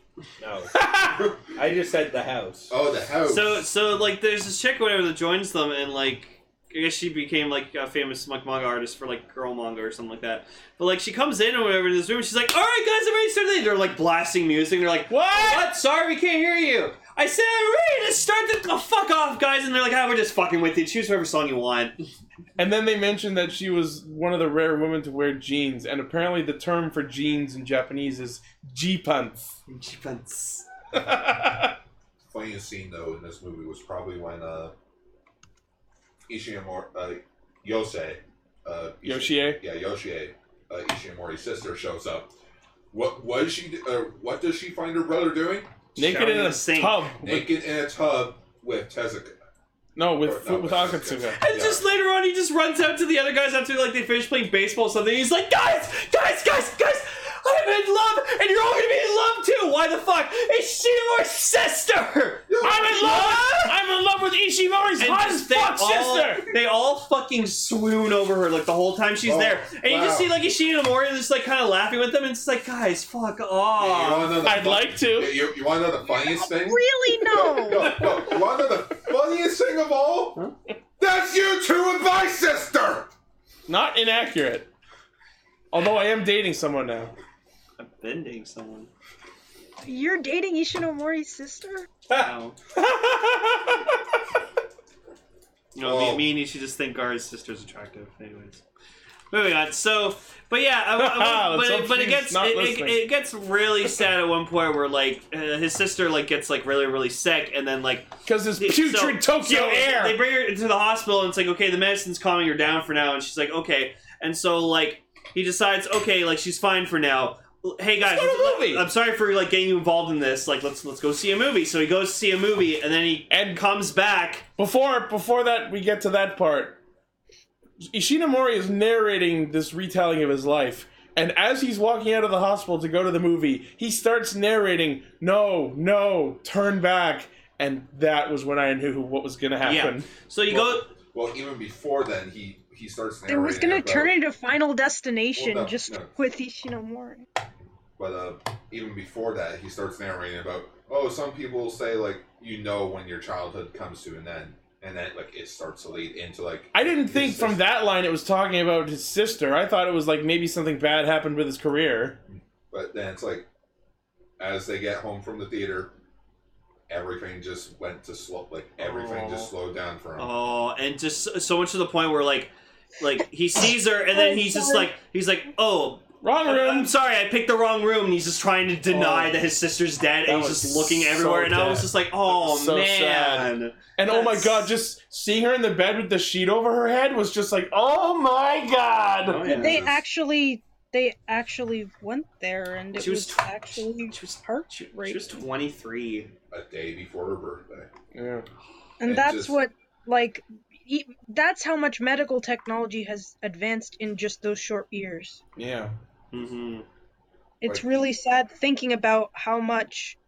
No. I just said the house. Oh, the house. So, so like, there's this chick, whatever, that joins them, and like, I guess she became like a famous like, manga artist for like girl manga or something like that. But like, she comes in or whatever in this room, she's like, "All right, guys, I'm ready to start." the day." They're like blasting music. and They're like, "What? What? Sorry, we can't hear you." I said, "I'm ready to start the oh, fuck off, guys," and they're like, "Ah, we're just fucking with you. Choose whatever song you want." And then they mentioned that she was one of the rare women to wear jeans, and apparently the term for jeans in Japanese is jipanz. Jipanz. Funniest scene though in this movie was probably when uh, Ishimori, uh, Yosei, uh, Ishi- Yoshie? yeah, Yoshie, uh, Ishimori's sister shows up. What was she? do- Uh, what does she find her brother doing? Naked in Shouting a the sink. tub. With, Naked in a tub with Tezuka. no, with Or not with with- Akatsuka. And Yeah. just later on, he just runs out to the other guys after like they finish playing baseball or something. He's like, guys, guys, guys, guys, I'm in love, and you're all gonna be in love too. Why the fuck? It's Shino's sister. I'm in love. I'm in love with Ishimori's And hot as just they fuck all, sister. They all fucking swoon over her like the whole time she's Oh, there, and you just wow. see like Ishii and Amori just like kind of laughing with them, and it's just like, guys, fuck You off. wanna know the I'd fu- like to. You, you want to know the funniest thing? Really? No. No, no, you want to know the funniest thing of all? That's you two and my sister. Not inaccurate. Although I am dating someone now. I'm bending someone. You're dating Ishinomori's sister? Wow. you know, Oh. me, me and you should just think our sister's attractive. Anyways, moving on. So, but yeah, I, I- I- but, So it, but it she's gets not it, it, listening. it gets really sad at one point where like uh, his sister like gets like really really sick and then like Because it's so- putrid Tokyo so air. They bring her into the hospital and it's like okay, the medicine's calming her down for now, and she's like okay, and so like he decides okay, like she's fine for now. Hey guys, go to a movie. I'm sorry for like getting you involved in this. Like, let's let's go see a movie. So he goes to see a movie, and then he And- comes back. Before before that, we get to that part. Ishinomori is narrating this retelling of his life, and as he's walking out of the hospital to go to the movie, he starts narrating, "No, no, turn back." And that was when I knew what was going to happen. Yeah. So you Well, go. Well, even before then, he he starts. It was narrating gonna about- turn into Final Destination Well, no, just no. with Ishinomori. But uh, even before that, he starts narrating about oh, some people say like you know when your childhood comes to an end, and then like it starts to lead into like I didn't his think from sister. that line it was talking about his sister. I thought it was like maybe something bad happened with his career. But then it's like as they get home from the theater, everything just went to slow. Like everything just Aw. slowed down for him. Oh, and just so- so much to the point where like, like he sees her, and then he's just like, he's like, oh. Wrong I'm room. I'm sorry, I picked the wrong room. And he's just trying to deny Oh. that his sister's dead, That and he's was just looking so everywhere. And I was dead. just like, "Oh So sad. man!" And oh my That's- god, just seeing her in the bed with the sheet over her head was just like, oh my god. Oh, yeah. They Jesus. actually, they actually went there, and it She was was, tw- actually She was, heart she rate. was 23. A day before her birthday. Yeah. And It that's just- what What, like, e- that's how much medical technology has advanced in just those short years. Yeah. Mm-hmm. it's Like- really Really sad thinking about how much,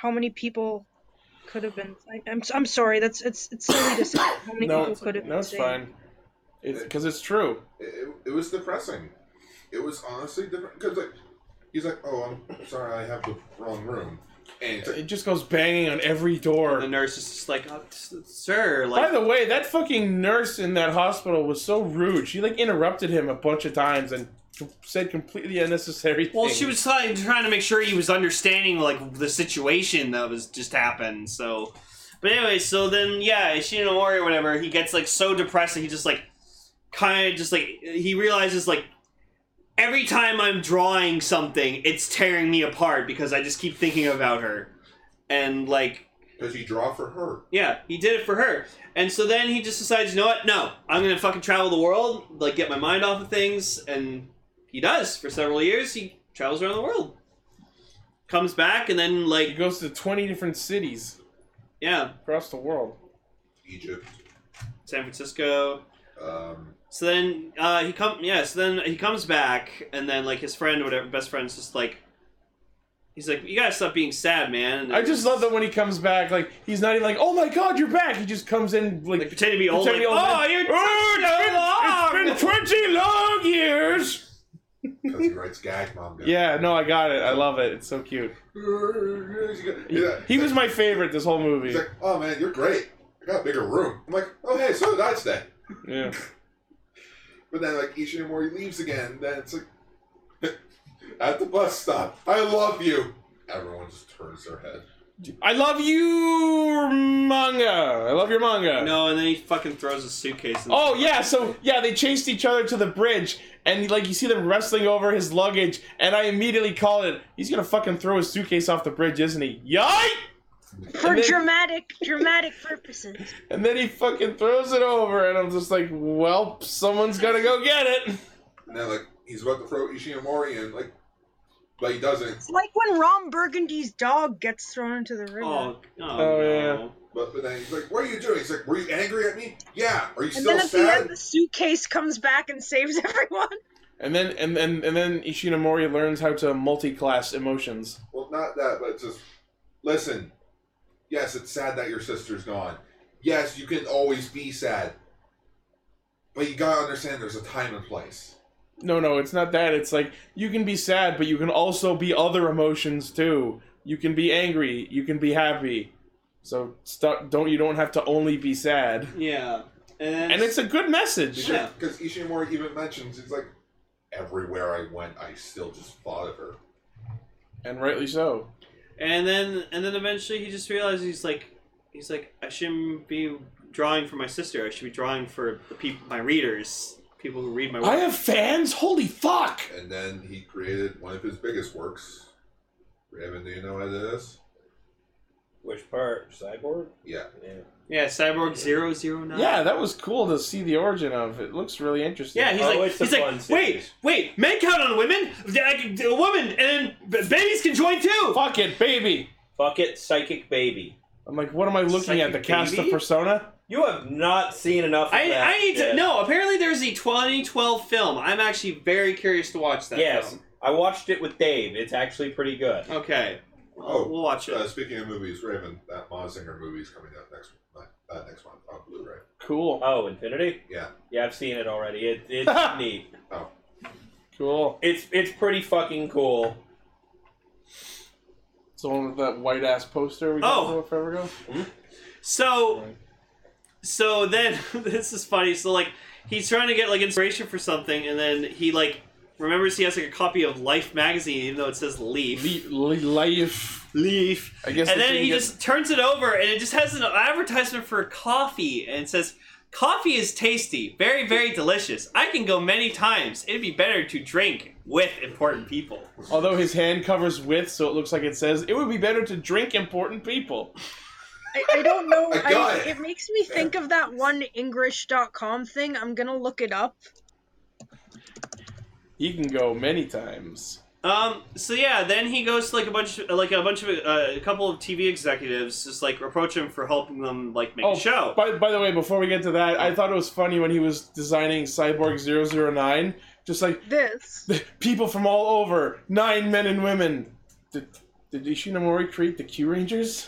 how many people could have been. I, I'm I'm sorry. That's it's it's silly to say how many No, people could have No, been it's saved. fine. It's because it's true. It, it, it was depressing. It was honestly different because like he's like, oh, I'm sorry, I have the wrong room, and it's like, It just goes banging on every door. The nurse is just like, oh, s- "Sir, like." By the way, that fucking nurse in that hospital was so rude. She like interrupted him a bunch of times and com- said completely unnecessary Well, things. she was trying trying to make sure he was understanding like the situation that was just happened. So, but anyway, so then yeah, Ishinomori or whatever, he gets like so depressed that he just like kind of just like he realizes like every time I'm drawing something, it's tearing me apart because I just keep thinking about her, and like because you draw for her. yeah, he did it for her. And so then he just decides, you know what? No, I'm gonna fucking travel the world, like get my mind off of things, and he does for several years. He travels around the world, comes back, and then He like goes to twenty different cities yeah, across the world. Egypt. San Francisco. Um, So then uh, he come yeah. So then he comes back, and then like his friend, or whatever, best friend's just like, he's like, you gotta stop being sad, man. And I just love that when he comes back, like he's not even like, "Oh my God, you're back." He just comes in like, Like, pretend to be old. pretend to like, be old oh, man. you're "Oh, so long. it's been, it's been twenty long years. Because he writes gag manga. Yeah, no, I got it. I love it. It's so cute. He, Yeah. he was my favorite this whole movie. He's like, oh man, you're great. I got a bigger room. I'm like, oh hey, so did I today. Yeah. But then like Ishinomori leaves again. Then it's like at the bus stop. I love you. Everyone just turns their head. I love you, manga. I love your manga. No, and then he fucking throws his suitcase. In the- Oh yeah, so yeah, they chased each other to the bridge, and like you see them wrestling over his luggage, and I immediately called it. He's gonna fucking throw his suitcase off the bridge, isn't he? Yike! For And then- dramatic, dramatic purposes. And then he fucking throws it over, and I'm just like, well, someone's gonna go get it. And then like he's about to throw Ishinomori in, like, but he doesn't. It's like when Ron Burgundy's dog gets thrown into the river. Oh, yeah. But, but then he's like, what are you doing? He's like, were you angry at me? Yeah. Are you and still then at the sad? end, the suitcase comes back and saves everyone. And then and then and then Ishinomori learns how to multi-class emotions. Well, not that, but just listen. Yes, it's sad that your sister's gone. Yes, you can always be sad. But you gotta understand there's a time and place. No, no, it's not that. It's like you can be sad, but you can also be other emotions too. You can be angry. You can be happy. So stu- don't you don't have to only be sad. Yeah. And, And it's a good message. Yeah. Because Ishimori even mentions, he's like, everywhere I went, I still just thought of her. And rightly so. And then and then eventually he just realizes he's like he's like I shouldn't be drawing for my sister. I should be drawing for the people my readers, people who read my work. I have fans. Holy fuck! And then he created one of his biggest works. Raven, do you know what it is? Which part? Cyborg? Yeah. Yeah. Yeah, Cyborg 009. Yeah, that was cool to see the origin of. It looks really interesting. Oh, Yeah, he's like, he's like, wait, wait, men count on women, a a woman, and then b- babies can join too. Fuck it, baby. Fuck it, psychic baby. I'm like, what am I looking at? The Psychic cast baby? of Persona? You have not seen enough. Of I, that I need to shit. no. Apparently, there's a 2012 film. I'm actually very curious to watch that. Yes, film. I watched it with Dave. It's actually pretty good. Okay. Well, Oh, we'll watch it. Uh, speaking of movies, Raven, that Mazinger movie is coming out next uh, next month on Blu-ray. Cool. Oh, Infinity. Yeah. Yeah, I've seen it already. It, it's neat. Cool. It's it's pretty fucking cool. It's the one with that white ass poster we Oh. talked about forever ago. So, Right. so then this is funny. So like he's trying to get like inspiration for something, and then he like remembers he has like a copy of Life magazine, even though it says Leaf. Le- le- life. Leaf. I guess. And the then thing he gets- just turns it over, and it just has an advertisement for coffee, and it says. Coffee is tasty, very, very delicious. I can go many times. It'd be better to drink with important people. Although his hand covers with, so it looks like it says, it would be better to drink important people. I, I don't know. I got it. it makes me think of that one English.com thing. I'm gonna look it up. He can go many times. Um. So yeah, then he goes to like a bunch, like a bunch of uh, a couple of TV executives, just like approach him for helping them like make Oh, a show. By, by the way, before we get to that, I thought it was funny when he was designing Cyborg 009, just like, This. people from all over, nine men and women. Did, did Ishinomori create the Q Rangers?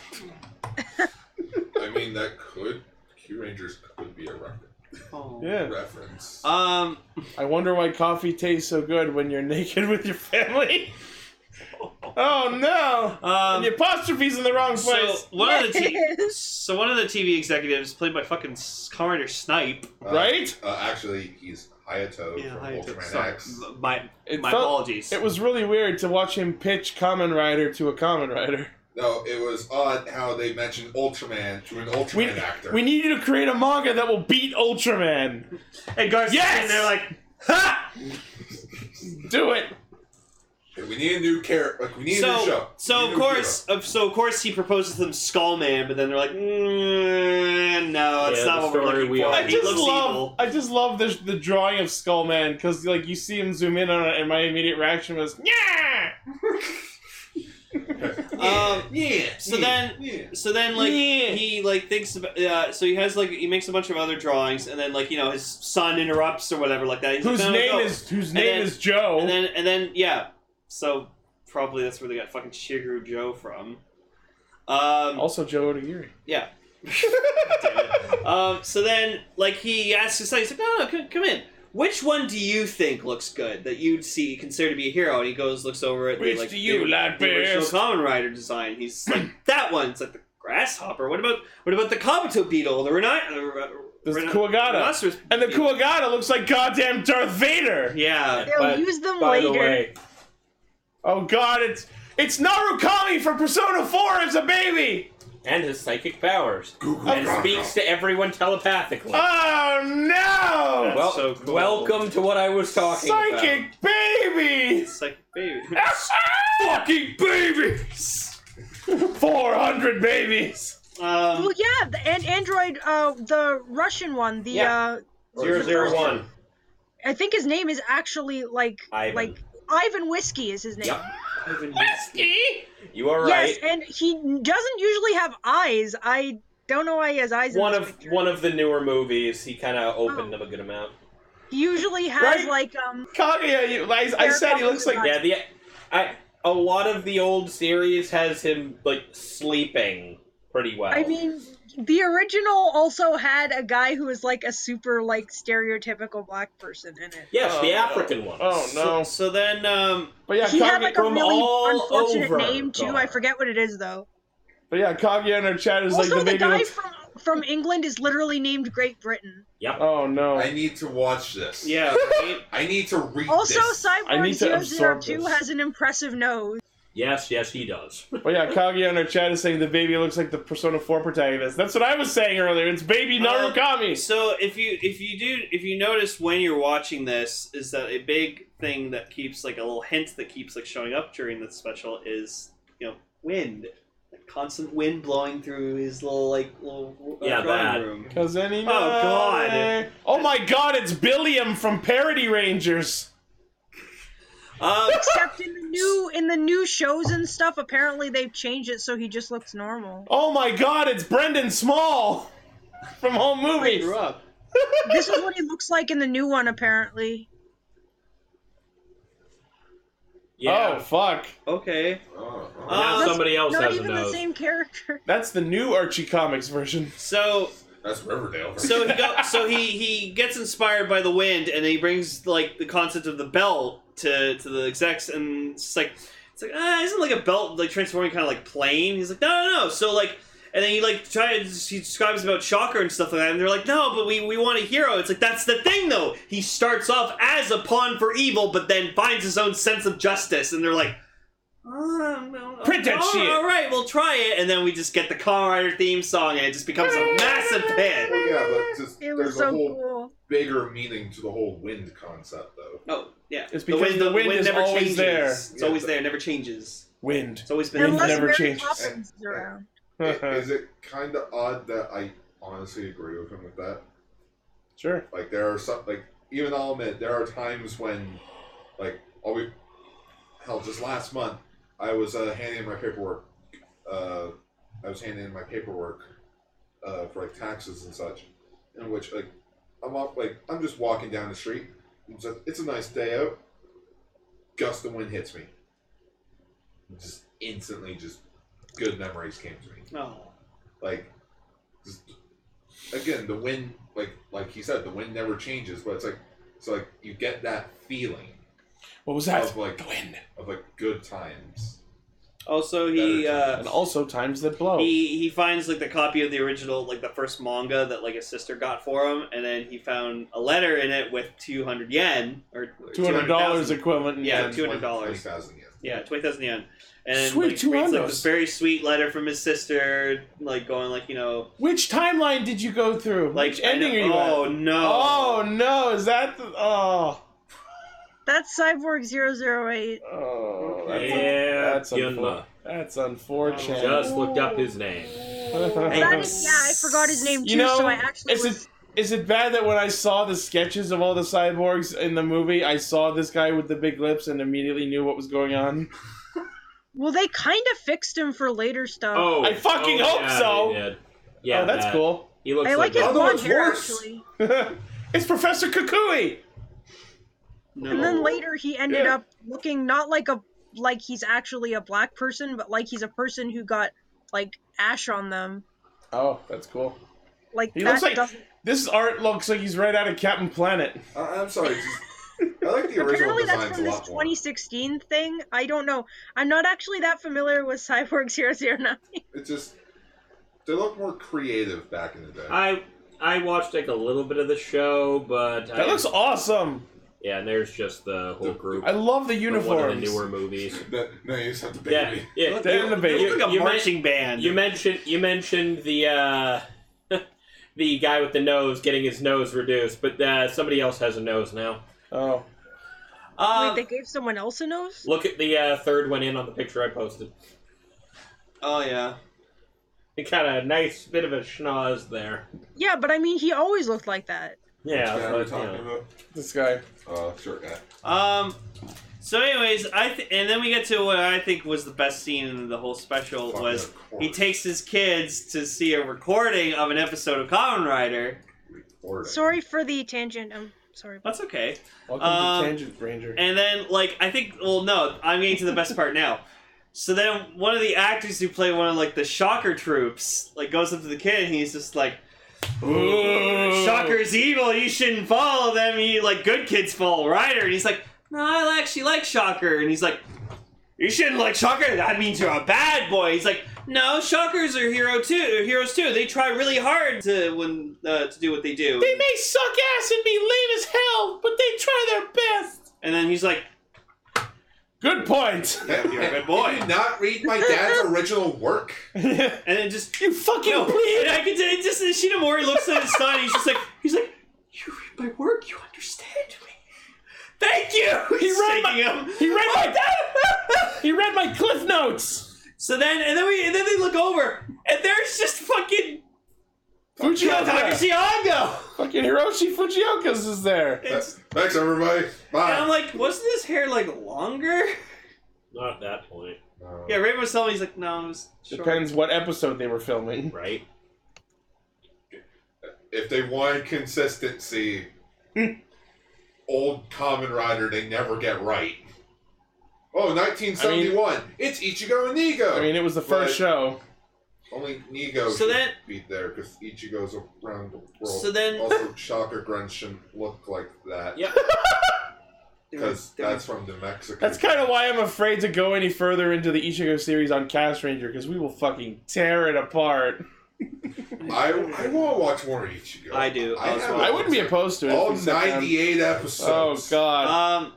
I mean, that could Q Rangers could be a reference. Yeah. reference. Uh, Um. I wonder why coffee tastes so good when you're naked with your family. oh no! and Um. the apostrophe's in the wrong place. So one of the t- Yes. so one of the TV executives played by fucking S- Commander Snipe. Uh, right? Uh, actually, he's Hayato Yeah, from I- Ultraman sorry, X. m- my It my felt- apologies. It was really weird to watch him pitch Common Rider to a Common Rider. No, it was odd how they mentioned Ultraman to an Ultraman We, actor. we need you to create a manga that will beat Ultraman. and Garcia, Yes! and they're like, ha. Do it. we need a new character. Like we need a new So show. We so need of a new course of, so of course he proposes to them Skullman, but then they're like, mm, no, it's Yeah, not the what we're story looking we for. all I He just looks love, evil. I just love the the drawing of Skullman because like you see him zoom in on it, and my immediate reaction was, yeah. hero. Um, yeah. so yeah, then- yeah. So then, like Yeah. he like thinks about. Uh, so he has like he makes a bunch of other drawings, and then like you know his son interrupts or whatever like that. He's whose like, "No, no, name no." is whose And name then- is Joe. And then and then yeah. So probably that's where they got fucking Shigeru Joe from. Um, also Joe Odagiri. yeah. um, so then like he asks his son, he's like, no, no, no come, come in. which one do you think looks good that you'd see consider to be a hero? And he goes, looks over at Which the, like do you the, like the original best? Common Rider design. He's like that one's like the grasshopper. What about what about the Kabuto beetle? The Renai the, This Kuagata. And the Kuagata looks like goddamn Darth Vader. Yeah. They'll use them later. Oh god, it's it's Narukami from Persona 4 as a baby! And his psychic powers. And speaks to everyone telepathically. Oh no! well, welcome to what I was talking Psychic baby! Psychic baby. Fucking babies! 400 babies! Um, well, yeah, the, and Android, uh, the Russian one, the Yeah. uh, Zero zero one. I think his name is actually like Ivan. like Ivan Whiskey is his name. Whiskey. You are Yes, right. and he doesn't usually have eyes. I don't know why he has eyes. one in Oh. this of one of the newer movies, he kind of opened up a good amount. He usually has Right? like um. Kaguya, you, I, I said he looks like yeah. The I a lot of the old series has him like sleeping pretty well. I mean, the original also had a guy who was like a super like stereotypical black person in it. Yes, the Oh, African one. Oh no. So, so then, um, But yeah, he had Kaguya- like a really unfortunate name too. I forget what it is though. But yeah, Kaguya in our chat is also, like the the, baby guy looks- from from England is literally named Great Britain. Yep. Oh no. I need to watch this. Yeah. I need to read Also, this. Cyborg 002 has an impressive nose. Yes, yes, he does. But yeah, Kaguya in our chat is saying the baby looks like the Persona 4 protagonist. That's what I was saying earlier. It's baby Narukami. So if you if you do if you notice when you're watching this is that a big thing that keeps like a little hint that keeps like showing up during the special is you know wind, like constant wind blowing through his little like little uh, Yeah, drawing that. room. Cause any Oh, God. Oh my god, it's Billiam from Parody Rangers. Um, Except in the new in the new shows and stuff, apparently they've changed it so he just looks normal. Oh my god, it's Brendan Small from Home Movies. this is what he looks like in the new one, apparently. Oh fuck. Okay. Oh, Now somebody else Not has a even the nose. same character. That's the new Archie Comics version. So That's Riverdale. so he go, so he he gets inspired by the wind and he brings like the concept of the belt to to the execs and it's like it's like ah, isn't like a belt like transforming kind of like plane he's like no no no so like and then he like tries he describes about shocker and stuff like that and they're like no but we we want a hero it's like that's the thing though he starts off as a pawn for evil but then finds his own sense of justice and they're like Print that "Oh, shit. all right we'll try it and then we just get the Kamen Rider theme song and it just becomes a massive hit yeah, but just, It there's was a so whole cool. bigger meaning to the whole wind concept, though. Oh, yeah. It's because the wind is always changes. there. It's always there, never changes. Wind. It's always been Wind there. never changes. Poppins is around. is it kind of odd that I honestly agree with him with that? Sure. Like there are some, like even I'll admit there are times when, like, all we, hell, just last month I was uh, handing in my paperwork. Uh, I was handing in my paperwork uh, for like taxes and such, in which like I'm off, like I'm just walking down the street. It's a, it's a nice day out. Gust of wind hits me. Just instantly, just good memories came to me Oh. like just- again the wind like like he said the wind never changes but it's like it's like you get that feeling What was that? of like Oh, the wind of like good times Also, he uh, and also times that blow. he he finds like the copy of the original, like the first manga that like his sister got for him, and then he found a letter in it with two hundred yen or or Two hundred dollars 200,000. equivalent. in Yeah, yen. two hundred dollars. Yeah, twenty thousand yen. And Sweet like, he reads, like, $200. this very sweet letter from his sister, like going like you know Which timeline did you go through? Like, Which I ending know- are you at? oh, no. Oh no! Is that the, oh That's Cyborg 008. oh Yeah, that's, unfor- Yunma. that's unfortunate. Just looked Oh. up his name. That is, yeah, I forgot his name too, you know, so I actually is was it is it bad that when I saw the sketches of all the cyborgs in the movie, I saw this guy with the big lips and immediately knew what was going on? Well, they kind of fixed him for later stuff. I fucking oh, hope yeah, so. they did. Yeah, oh, that's that- cool. He looks I like like, his that. blonde hair actually. it's Professor Kukui. And then later he ended up looking not like a like he's actually a black person, but like he's a person who got like ash on them. Oh, that's cool. Like He that looks like doesn't. this art looks like he's right out of Captain Planet. Oh, I'm sorry. I like the Apparently that's from this 2016 thing. I don't know. I'm not actually that familiar with Cyborg 009. It just they look more creative back in the day. I I watched like a little bit of the show, but That I, looks awesome. yeah. And there's just the whole group. I love the from One of the uniforms. newer movies. no, no, you just have to Yeah, baby. yeah. They're in Oh, the baby. You- Look you men- band. You mentioned you mentioned the uh, the guy with the nose getting his nose reduced, but uh, somebody else has a nose now. Oh, Ah, Uh, Um, Wait, they gave someone else a nose? look at the uh, third one in on the picture I posted. Oh yeah. It got a nice bit of a schnoz there. Yeah, but I mean, he always looked like that. Yeah, Which guy so, are we you know. talking about? this guy. Uh, short guy. Um. So, anyways, I th- and then we get to what I think was the best scene in the whole special Fuck was that he corn. takes his kids to see a recording of an episode of Common Rider. Recording. Sorry for the tangent. I'm sorry. That's okay. Welcome Um, to Tangent Ranger. And then, like, I think, well, no, I'm getting to the best part now. So then, one of the actors who played one of like the Shocker troops, like, goes up to the kid, and he's just like, Ooh. "Shocker's evil. You shouldn't follow them. You like good kids follow Ryder." And he's like, "No, I actually like Shocker." And he's like, "You shouldn't like Shocker. That means you're a bad boy." He's like, "No, Shockers are hero too. Heroes too. They try really hard to when uh, to do what they do." They may suck ass and be lame as hell, but they try their best. And then he's like, Good point. "You're a good boy." Did you not read my dad's original work? And then just you fucking No, bleed. and I can it just Shinomori looks at his son and he's just like he's like, You read my work, you understand me. Thank you! He's shaking read my- him. He read my He read my cliff notes. So then and then we and then they look over and there's just fucking Fujioka. Takashi Hongo! Fucking Hiroshi Fujioka's is there. It's- Thanks everybody. And I'm Bye. like, wasn't his hair like longer? Not at that point, No. Yeah, Rainbow was telling me he's like, no, it was short. Depends what episode they were filming. right? If they wanted consistency, old Common Rider they never get right. Oh, 1971. it's Ichigo and Nigo. I mean, it was the first Right. show. Only Nigo So should then- be there because Ichigo's around the world. So then- also Shocker Grunge shouldn't look like that. Yep. Because that's from the Mexican. That's kind of why I'm afraid to go any further into the Ichigo series on Cast Ranger because we will fucking tear it apart. I, I want to watch more Ichigo. I do. I, Also- have I wouldn't be opposed to it. if all we sat down. 98 Oh episodes. god. Um,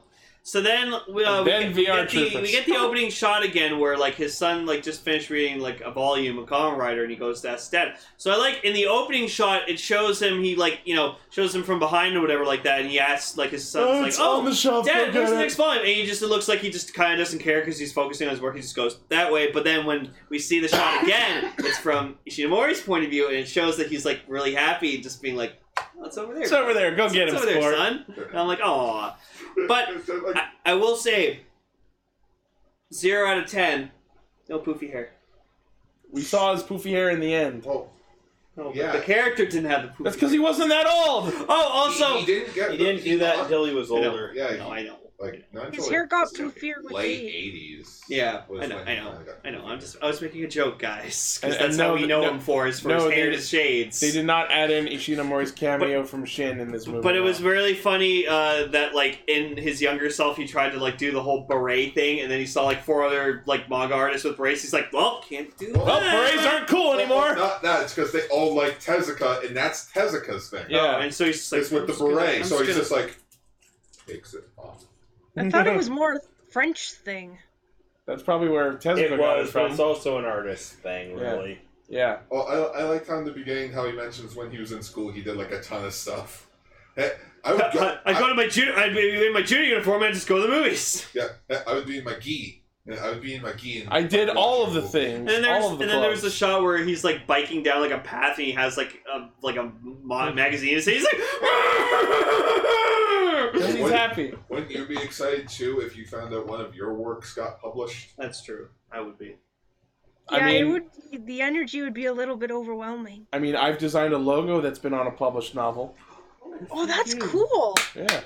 so then we, uh, And we then get, we VR get the, troopers. we get the opening shot again where like his son like just finished reading like a volume of Kamen Rider and he goes to ask dad. So I like in the opening shot it shows him he like you know shows him from behind or whatever like that and he asks like his son's Oh, like it's oh on the shelf. go dad get where's the it. next volume and he just it looks like he just kind of doesn't care because he's focusing on his work he just goes that way but then when we see the shot again it's from Ishinomori's point of view and it shows that he's like really happy just being like oh, it's over there It's over there. Go get it's him, over there sport. son and I'm like oh. But- It's like- I, I will say, zero out of ten, no poofy hair. We saw his poofy hair in the end. oh, No, but Yeah. the character didn't have the poofy. That's because hair. he wasn't that old. Oh, also, he, he didn't get. He didn't do that not- until he was I know. older. yeah, he, no, I know. like not His until, hair like, got the poofier with Late age. 80s. Yeah, was I know, when I he know, kinda got I know. I'm poofy. just, I was making a joke, guys, And- because that's and how no, we know no- him for is for no, his hair they- and his shades. They did not add in Ishinomori's cameo from Shin in this movie. But it was no. really funny uh, that, like, in his younger self, he tried to like do the whole beret thing, and then he saw like four other like manga artists with berets. He's like, "Well, can't do Well, Well, that." berets aren't cool Well, anymore. Not that. It's because they all like Tezuka, and that's Tezuka's thing. Yeah. And so he's just like, it's with the "I'm just gonna- beret, I'm so just he's gonna- just like takes it off. I thought it was more a French thing. That's probably where Tezuka It got it was, but from. it's also an artist thing, really. yeah. Oh, I, I like how in the beginning how he mentions when he was in school he did like a ton of stuff. Eh, I would go, I, I go to my junior, I'd be in my junior uniform and I just go to the movies. yeah, eh, I would be in my gi. Yeah, I would be in my gi. And I did all of the things. And then there's all of and the then there was a clubs. shot where he's like biking down like a path and he has like a like a ma- Hmm. magazine and he's like And he's What- happy. Wouldn't you be excited too if you found out one of your works got published? That's true. I would be. Yeah, I mean, it would. The energy would be a little bit overwhelming. I mean, I've designed a logo that's been on a published novel. Oh, that's cool. Yeah,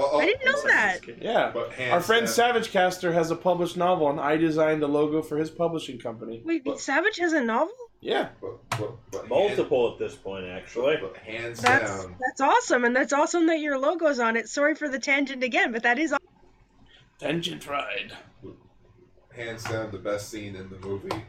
Oh, oh, I didn't know that. yeah. But hands eh, Our friend down- Savage Caster has a published novel, and I designed a logo for his publishing company. Wait, Savage has a novel? Yeah. But, but, but Multiple at this point, actually. hands That's down. that's awesome, and that's awesome that your logo's on it. Sorry for the tangent again, but that is aw- Tangent ride. hands down the best scene in the movie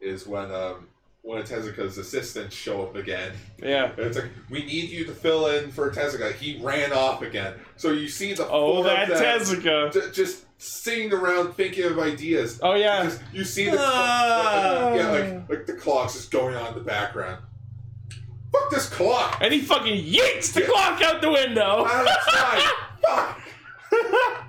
is when um one of Tezuka's assistants show up again. Yeah. And it's like we need you to fill in for Tezuka. He ran off again. So you see the Oh, four that of them Tezuka. ju- just sitting around thinking of ideas. Oh yeah. Just- you see the clo- Ah. like, like- yeah like like the clocks just going on in the background. Fuck this clock! And he fucking yeets the clock out the window. Out of the side. Fuck!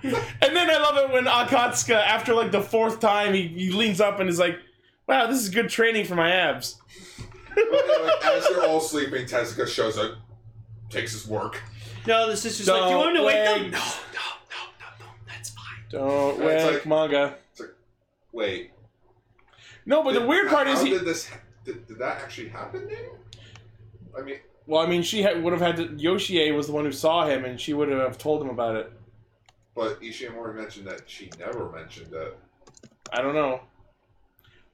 And then I love it when Akatsuka, after like the fourth time, he, he leans up and is like, "Wow, this is good training for my abs." And, like, as they're all sleeping, Tezuka shows up, takes his work. No, the sister's like, "Do you want me to wake them?" Don't No, wag- no, no, no, no. That's fine. Don't It's wag like- manga. Wait. No, but the Did- weird part how is he. did this did, did that actually happen then? I mean, Well, I mean, she had, would have had to. Yoshie was the one who saw him, and she would have told him about it. but Ishimori mentioned that she never mentioned that. I don't know.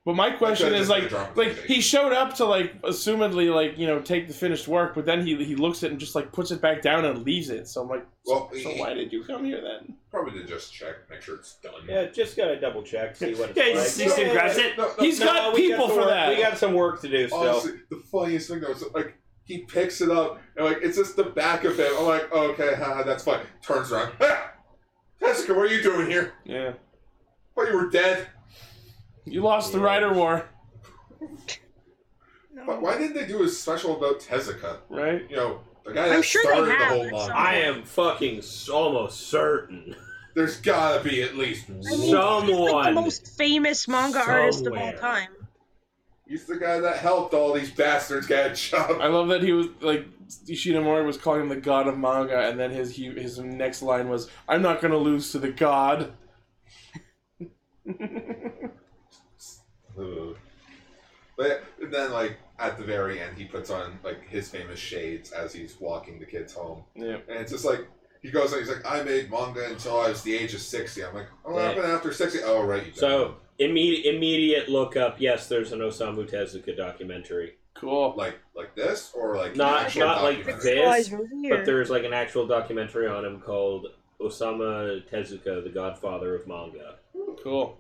But my question could've is just like, been dropped like in the he showed up to like, assumedly like you know take the finished work, but then he he looks at it and just like puts it back down and leaves it. So I'm like, Well, so he- why did you come here then? Probably to just check, make sure it's done. Yeah, just gotta double check, see what it's Yeah, like. he just sneaks in, grabs it. No, no, He's No, got we people some for work- that. We got some work to do still. honestly, the funniest thing though is like he picks it up and like it's just the back of him. I'm like, okay, haha, that's fine. Turns around, ah, Jessica, what are you doing here? yeah, But you were dead. you lost the rider war, But why didn't they do a special about Tezuka? right? You know, the guy I'm that sure they started have the whole at month. some- I am fucking s- almost certain There's gotta be at least one. like the someone. most famous manga artist of all somewhere. time. He's the guy that helped all these bastards get a job. I love that he was like Ishinomori was calling him the god of manga, and then his he, his next line was, "I'm not gonna lose to the god." Ugh. But and then, like at the very end, he puts on like his famous shades as he's walking the kids home, Yeah, and it's just like he goes and he's like, "I made manga until I was the age of 60. I'm like, "Oh, what Yeah. happened after 60? Oh, right, you So immediate immediate look up. Yes, there's an Osamu Tezuka documentary. cool. don't." like like this or like Not- actual not like documentary? this. Guys, we're But here. there's like an actual documentary on him called Osama Tezuka, the Godfather of Manga. Cool.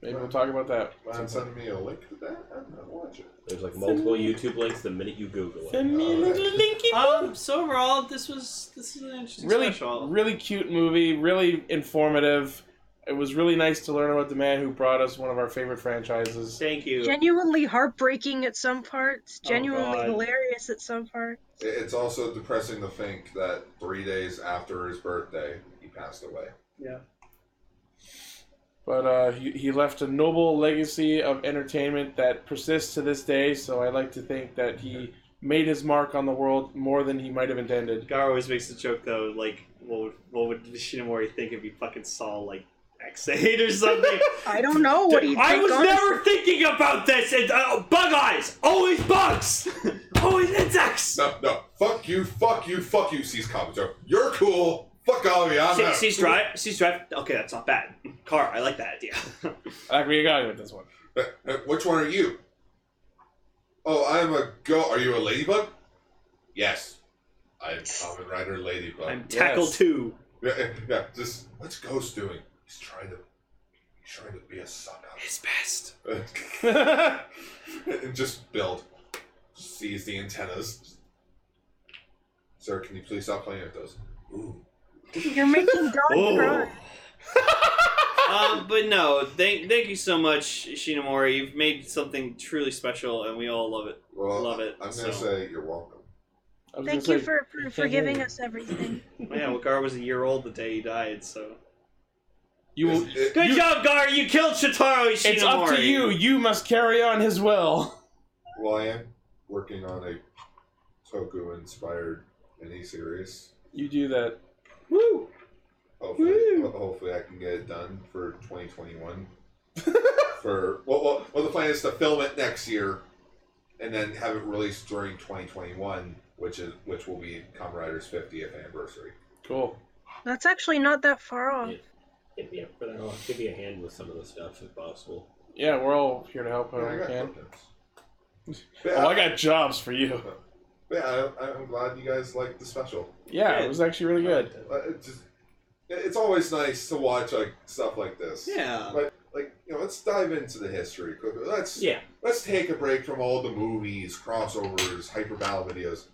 Maybe we'll talk about that. Mind sending me a link to that? I'm gonna watch it. There's like multiple YouTube links the minute you Google it. Send me a little linky Um. So overall, this was this is an interesting really special. really cute movie really informative it was really nice to learn about the man who brought us one of our favorite franchises Thank you. Genuinely heartbreaking at some parts, Oh, genuinely God. hilarious at some parts. It- It's also depressing to think that three days after his birthday, he passed away. but uh, he, he left a noble legacy of entertainment that persists to this day so i like to think that he made his mark on the world more than he might have intended Gar always makes the joke though, like, what would what would Shinomori think if he fucking saw like X Eight or something? I don't know what do you I think, was honestly? never thinking about this. And uh, bug eyes, always bugs, always insects. No, no. Fuck you, fuck you, fuck you, Cease Kabuto. You're cool. Fuck all of you. I'm See, out. Cease drive, cease drive. Okay, that's not bad. Car, I like that idea. i agree got with this one Uh, uh, Which one are you? Oh, I'm a go. Are you a ladybug? Yes. I'm Common Rider Ladybug. I'm tackle Yes. two. Yeah, yeah, yeah, just what's Ghost doing? He's trying to, he's trying to be a suck His best. up. i and just build. Seize the antennas. Sir, can you please stop playing with those? Ooh. You're making Don cry. um, but no, thank thank you so much, Shinomori. You've made something truly special, and we all love it. Well, Love it, I'm so. gonna say you're welcome. was Thank gonna you say- for, for, for giving us everything. Oh, yeah, well, Gar was a year old the day he died, so. you will- Is it- Good You- job, Gar! You killed Shitaro Ishinomori! it's up to you you must carry on his will Well, I am working on a Toku inspired mini series. you do that Woo! Hopefully, Woo! ho- hopefully, I can get it done for 2021. for well, well, well, the plan is to film it next year, and then have it released during 2021, which is which will be Kamen Rider's 50th anniversary. cool That's actually not that far off. Oh, Give me a, give me a hand with some of the stuff if possible. Yeah, we're all here to help Yeah, I however we got can. contacts. Well, I got jobs for you. But yeah, I, I'm glad you guys liked the special. Yeah, it was actually really good. Uh, it just, it- it's always nice to watch like stuff like this. Yeah. Like, like you know, let's dive into the history quickly. Let's Yeah. let's take a break from all the movies, crossovers, hyperball videos.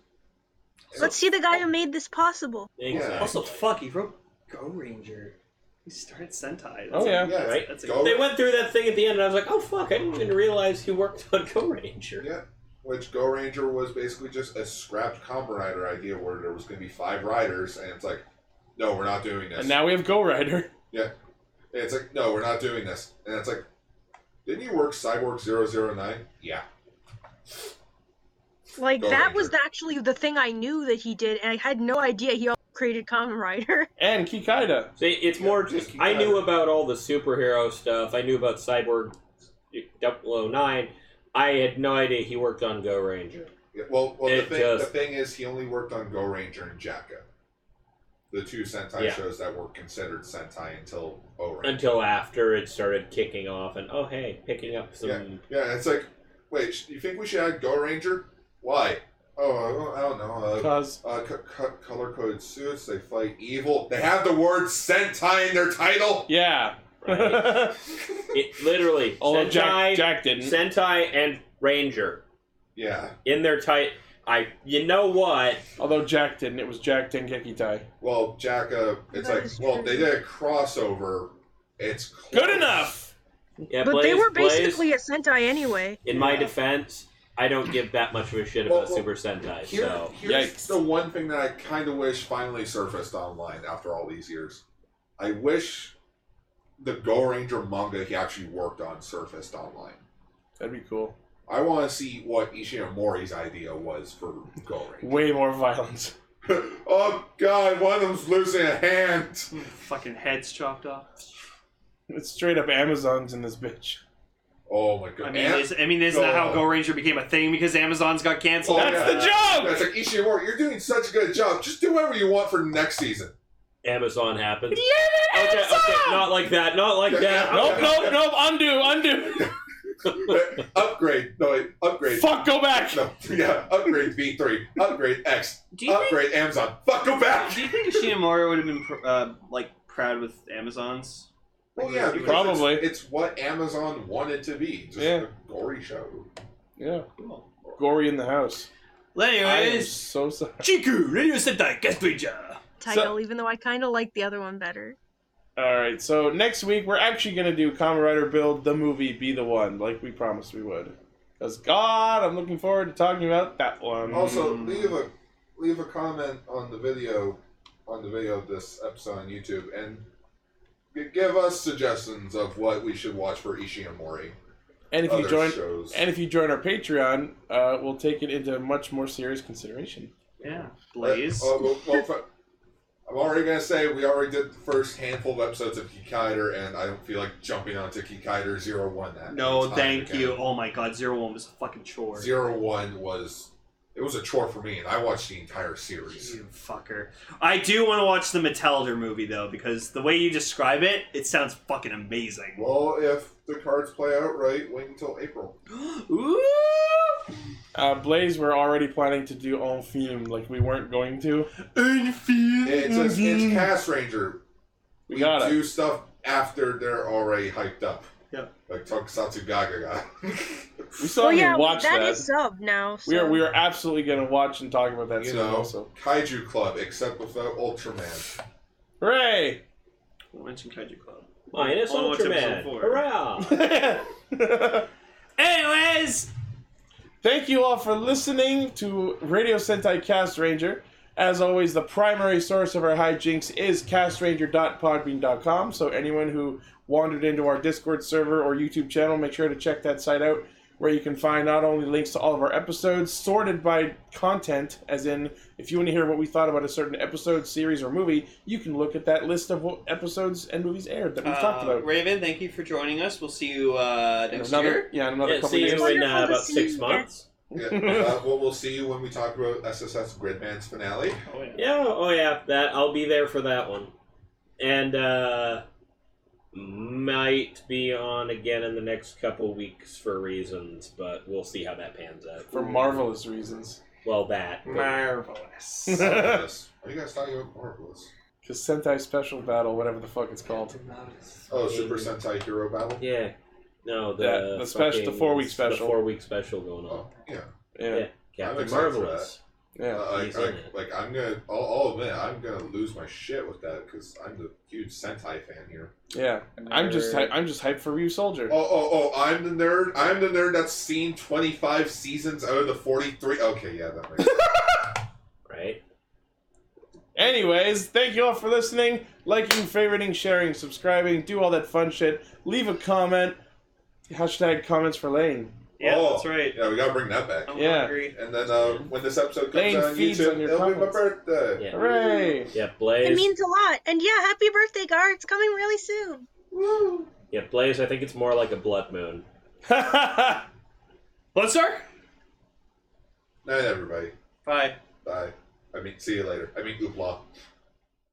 Let's see the guy who made this possible. Exactly. Also, fuck, he wrote Go Ranger. He started Sentai. That's Oh, a- yeah. Yeah, Right? it's That's a- Go- They went through that thing at the end, and I was like, "Oh fuck! I didn't even realize he worked on Go Ranger." Yeah. Which Go Ranger was basically just a scrapped Combo Rider idea where there was going to be five riders, and it's like, no, we're not doing this. And now we have Go Rider. Yeah. And it's like, no, we're not doing this. And it's like, didn't you work Cyborg 009? Yeah. Like Go that Ranger. was actually the thing I knew that he did, and I had no idea he also created Kamen Rider. And Kikaida. See, it's more just just keep I at knew it. about all the superhero stuff. I knew about Cyborg 009. I had no idea he worked on Go Ranger. Yeah, well, well the, It thing, just- the thing is, he only worked on Go Ranger and Jacka. The two Sentai Yeah. shows that were considered Sentai until O Ranger. Until after it started kicking off, and oh hey, picking up some. Yeah, it's like, wait, sh- you think we should add Go Ranger? Why? Oh, I don't know. Uh, Because uh, c- c- color coded suits, they fight evil. They have the word Sentai in their title! yeah. Right. it literally Although Sentai, Jack, Jack didn't. Sentai and Ranger Yeah. in their tight. I you know what? Although Jack didn't, it was Jack Dengeki Tai. Well, Jack, uh, it's That like, is well, true. they did a crossover. It's close. Good enough. Yeah, but they Blaze- were Blaze, basically a Sentai anyway. in my defense, I don't give that much of a shit Well, about well, Super Sentai. Here, so here's Yikes. the one thing that I kind of wish finally surfaced online after all these years. I wish the Go Ranger manga he actually worked on surfaced online. That'd be cool. I want to see what Ishinomori's idea was for Go Ranger. Way more violence. oh God, one of them's losing a hand. Fucking heads chopped off. It's straight up Amazons in this bitch. Oh my God. I mean, And- is, I mean, isn't that how Go Ranger became a thing because Amazon's got Oh, canceled? That's yeah. the joke! That's like Ishinomori, you're doing such a good job. Just do whatever you want for next season. Uh, Amazon happens. okay, okay, not like that, not like Yeah, that. yeah. Nope, nope, nope. Undo, undo. Uh, upgrade. No, wait, upgrade. Fuck, go back. No, yeah, upgrade V3, upgrade X, Do you think? upgrade Amazon. Fuck, go back! Do you think Ishinomori would have been pr- uh, like proud with Amazon's? Well, yeah, because Probably. It's, it's what Amazon wanted to be. Just Yeah. a gory show. Yeah. Cool. Gory in the house. Well, I am anyways, so sorry. Chiku Radio Sentai Guest Ranger. Title, even though I kind of like the other one better. All right, so next week we're actually gonna do Kamen Rider Build the movie, be the one, like we promised we would. Cause God, I'm looking forward to talking about that one. Also, leave a leave a comment on the video on the video of this episode on YouTube and g- give us suggestions of what we should watch for Ishinomori. and if other you join, shows. and if you join our Patreon, uh, we'll take it into much more serious consideration. Yeah, Blaze. Uh, oh, well, well, fi- I'm already gonna say we already did the first handful of episodes of Kikider, and I don't feel like jumping onto Kikider Zero One. That no, time thank again. you. Oh my God, Zero One was a fucking chore. Zero One was it was a chore for me, and I watched the entire series. You fucker. I do want to watch the Metalder movie though, because the way you describe it, it sounds fucking amazing. Well, if the cards play out right, wait until April. Ooh! Uh, Blaze, we're already planning to do on film, like we weren't going to. It's just, Mm-hmm. it's Cast Ranger. We got it. do stuff after they're already hyped up. Yep. Like Tokusatsu Gaga. We still well, haven't yeah, even watched that. that is sub now. So. we are we are absolutely gonna watch and talk about that you soon. know, Also, Kaiju Club, except without Ultraman. hooray! Don't mention Kaiju Club. Minus Oh, it's Ultraman. episode four. Hurrah! Anyways, Thank you all for listening to Radio Sentai Cast Ranger. As always, the primary source of our hijinks is castranger.podbean.com. So anyone who wandered into our Discord server or YouTube channel, make sure to check that site out, where you can find not only links to all of our episodes sorted by content, as in if you want to hear what we thought about a certain episode, series, or movie, you can look at that list of what episodes and movies aired that we've talked uh, about. Raven, thank you for joining us. We'll see you uh, In next another, year. yeah, in another Yeah, couple see days. you in uh, wonderful to about see six you. months. Yeah, uh, well, we'll see you when we talk about SSS Gridman's finale. Oh, yeah. Yeah, oh yeah, that I'll be there for that one. And uh might be on again in the next couple weeks for reasons, but we'll see how that pans out. For marvelous reasons. Well, that. but- Marvelous. Marvelous. Uh, Are you guys talking about Marvelous? Because Sentai Special Battle, whatever the fuck it's called. Oh, Super Sentai Hero Battle? Yeah. No, the, Yeah, the special- the fucking- four-week The special. four week special going on. Oh, yeah. Yeah. I'm Captain excited for Marvelous. Yeah. Uh, I, He's I, in it. like, I'm gonna, I'll, I'll admit, I'm gonna lose my shit with that because I'm the huge Sentai fan here. Yeah. I'm just hy- I'm just hyped for Ryu Soldier. Oh, oh, oh, I'm the nerd. I'm the nerd that's seen 25 seasons out of the 43. Okay, yeah, that makes sense. Right? Anyways, thank you all for listening, liking, favoriting, sharing, subscribing, do all that fun shit. Leave a comment. Hashtag comments for Lane. Yeah, Oh, that's right. Yeah, we gotta bring that back. I'm Yeah. hungry. And then uh, when this episode comes Lane out on feeds YouTube, on your it'll be my comments. birthday. Yeah. Hooray! Yeah, Blaze. It means a lot. And yeah, happy birthday, Gar. It's coming really soon. Woo! yeah, Blaze, I think it's more like a blood moon. Blood Star? Night, everybody. Bye. Bye. I mean, see you later. I mean, oopla.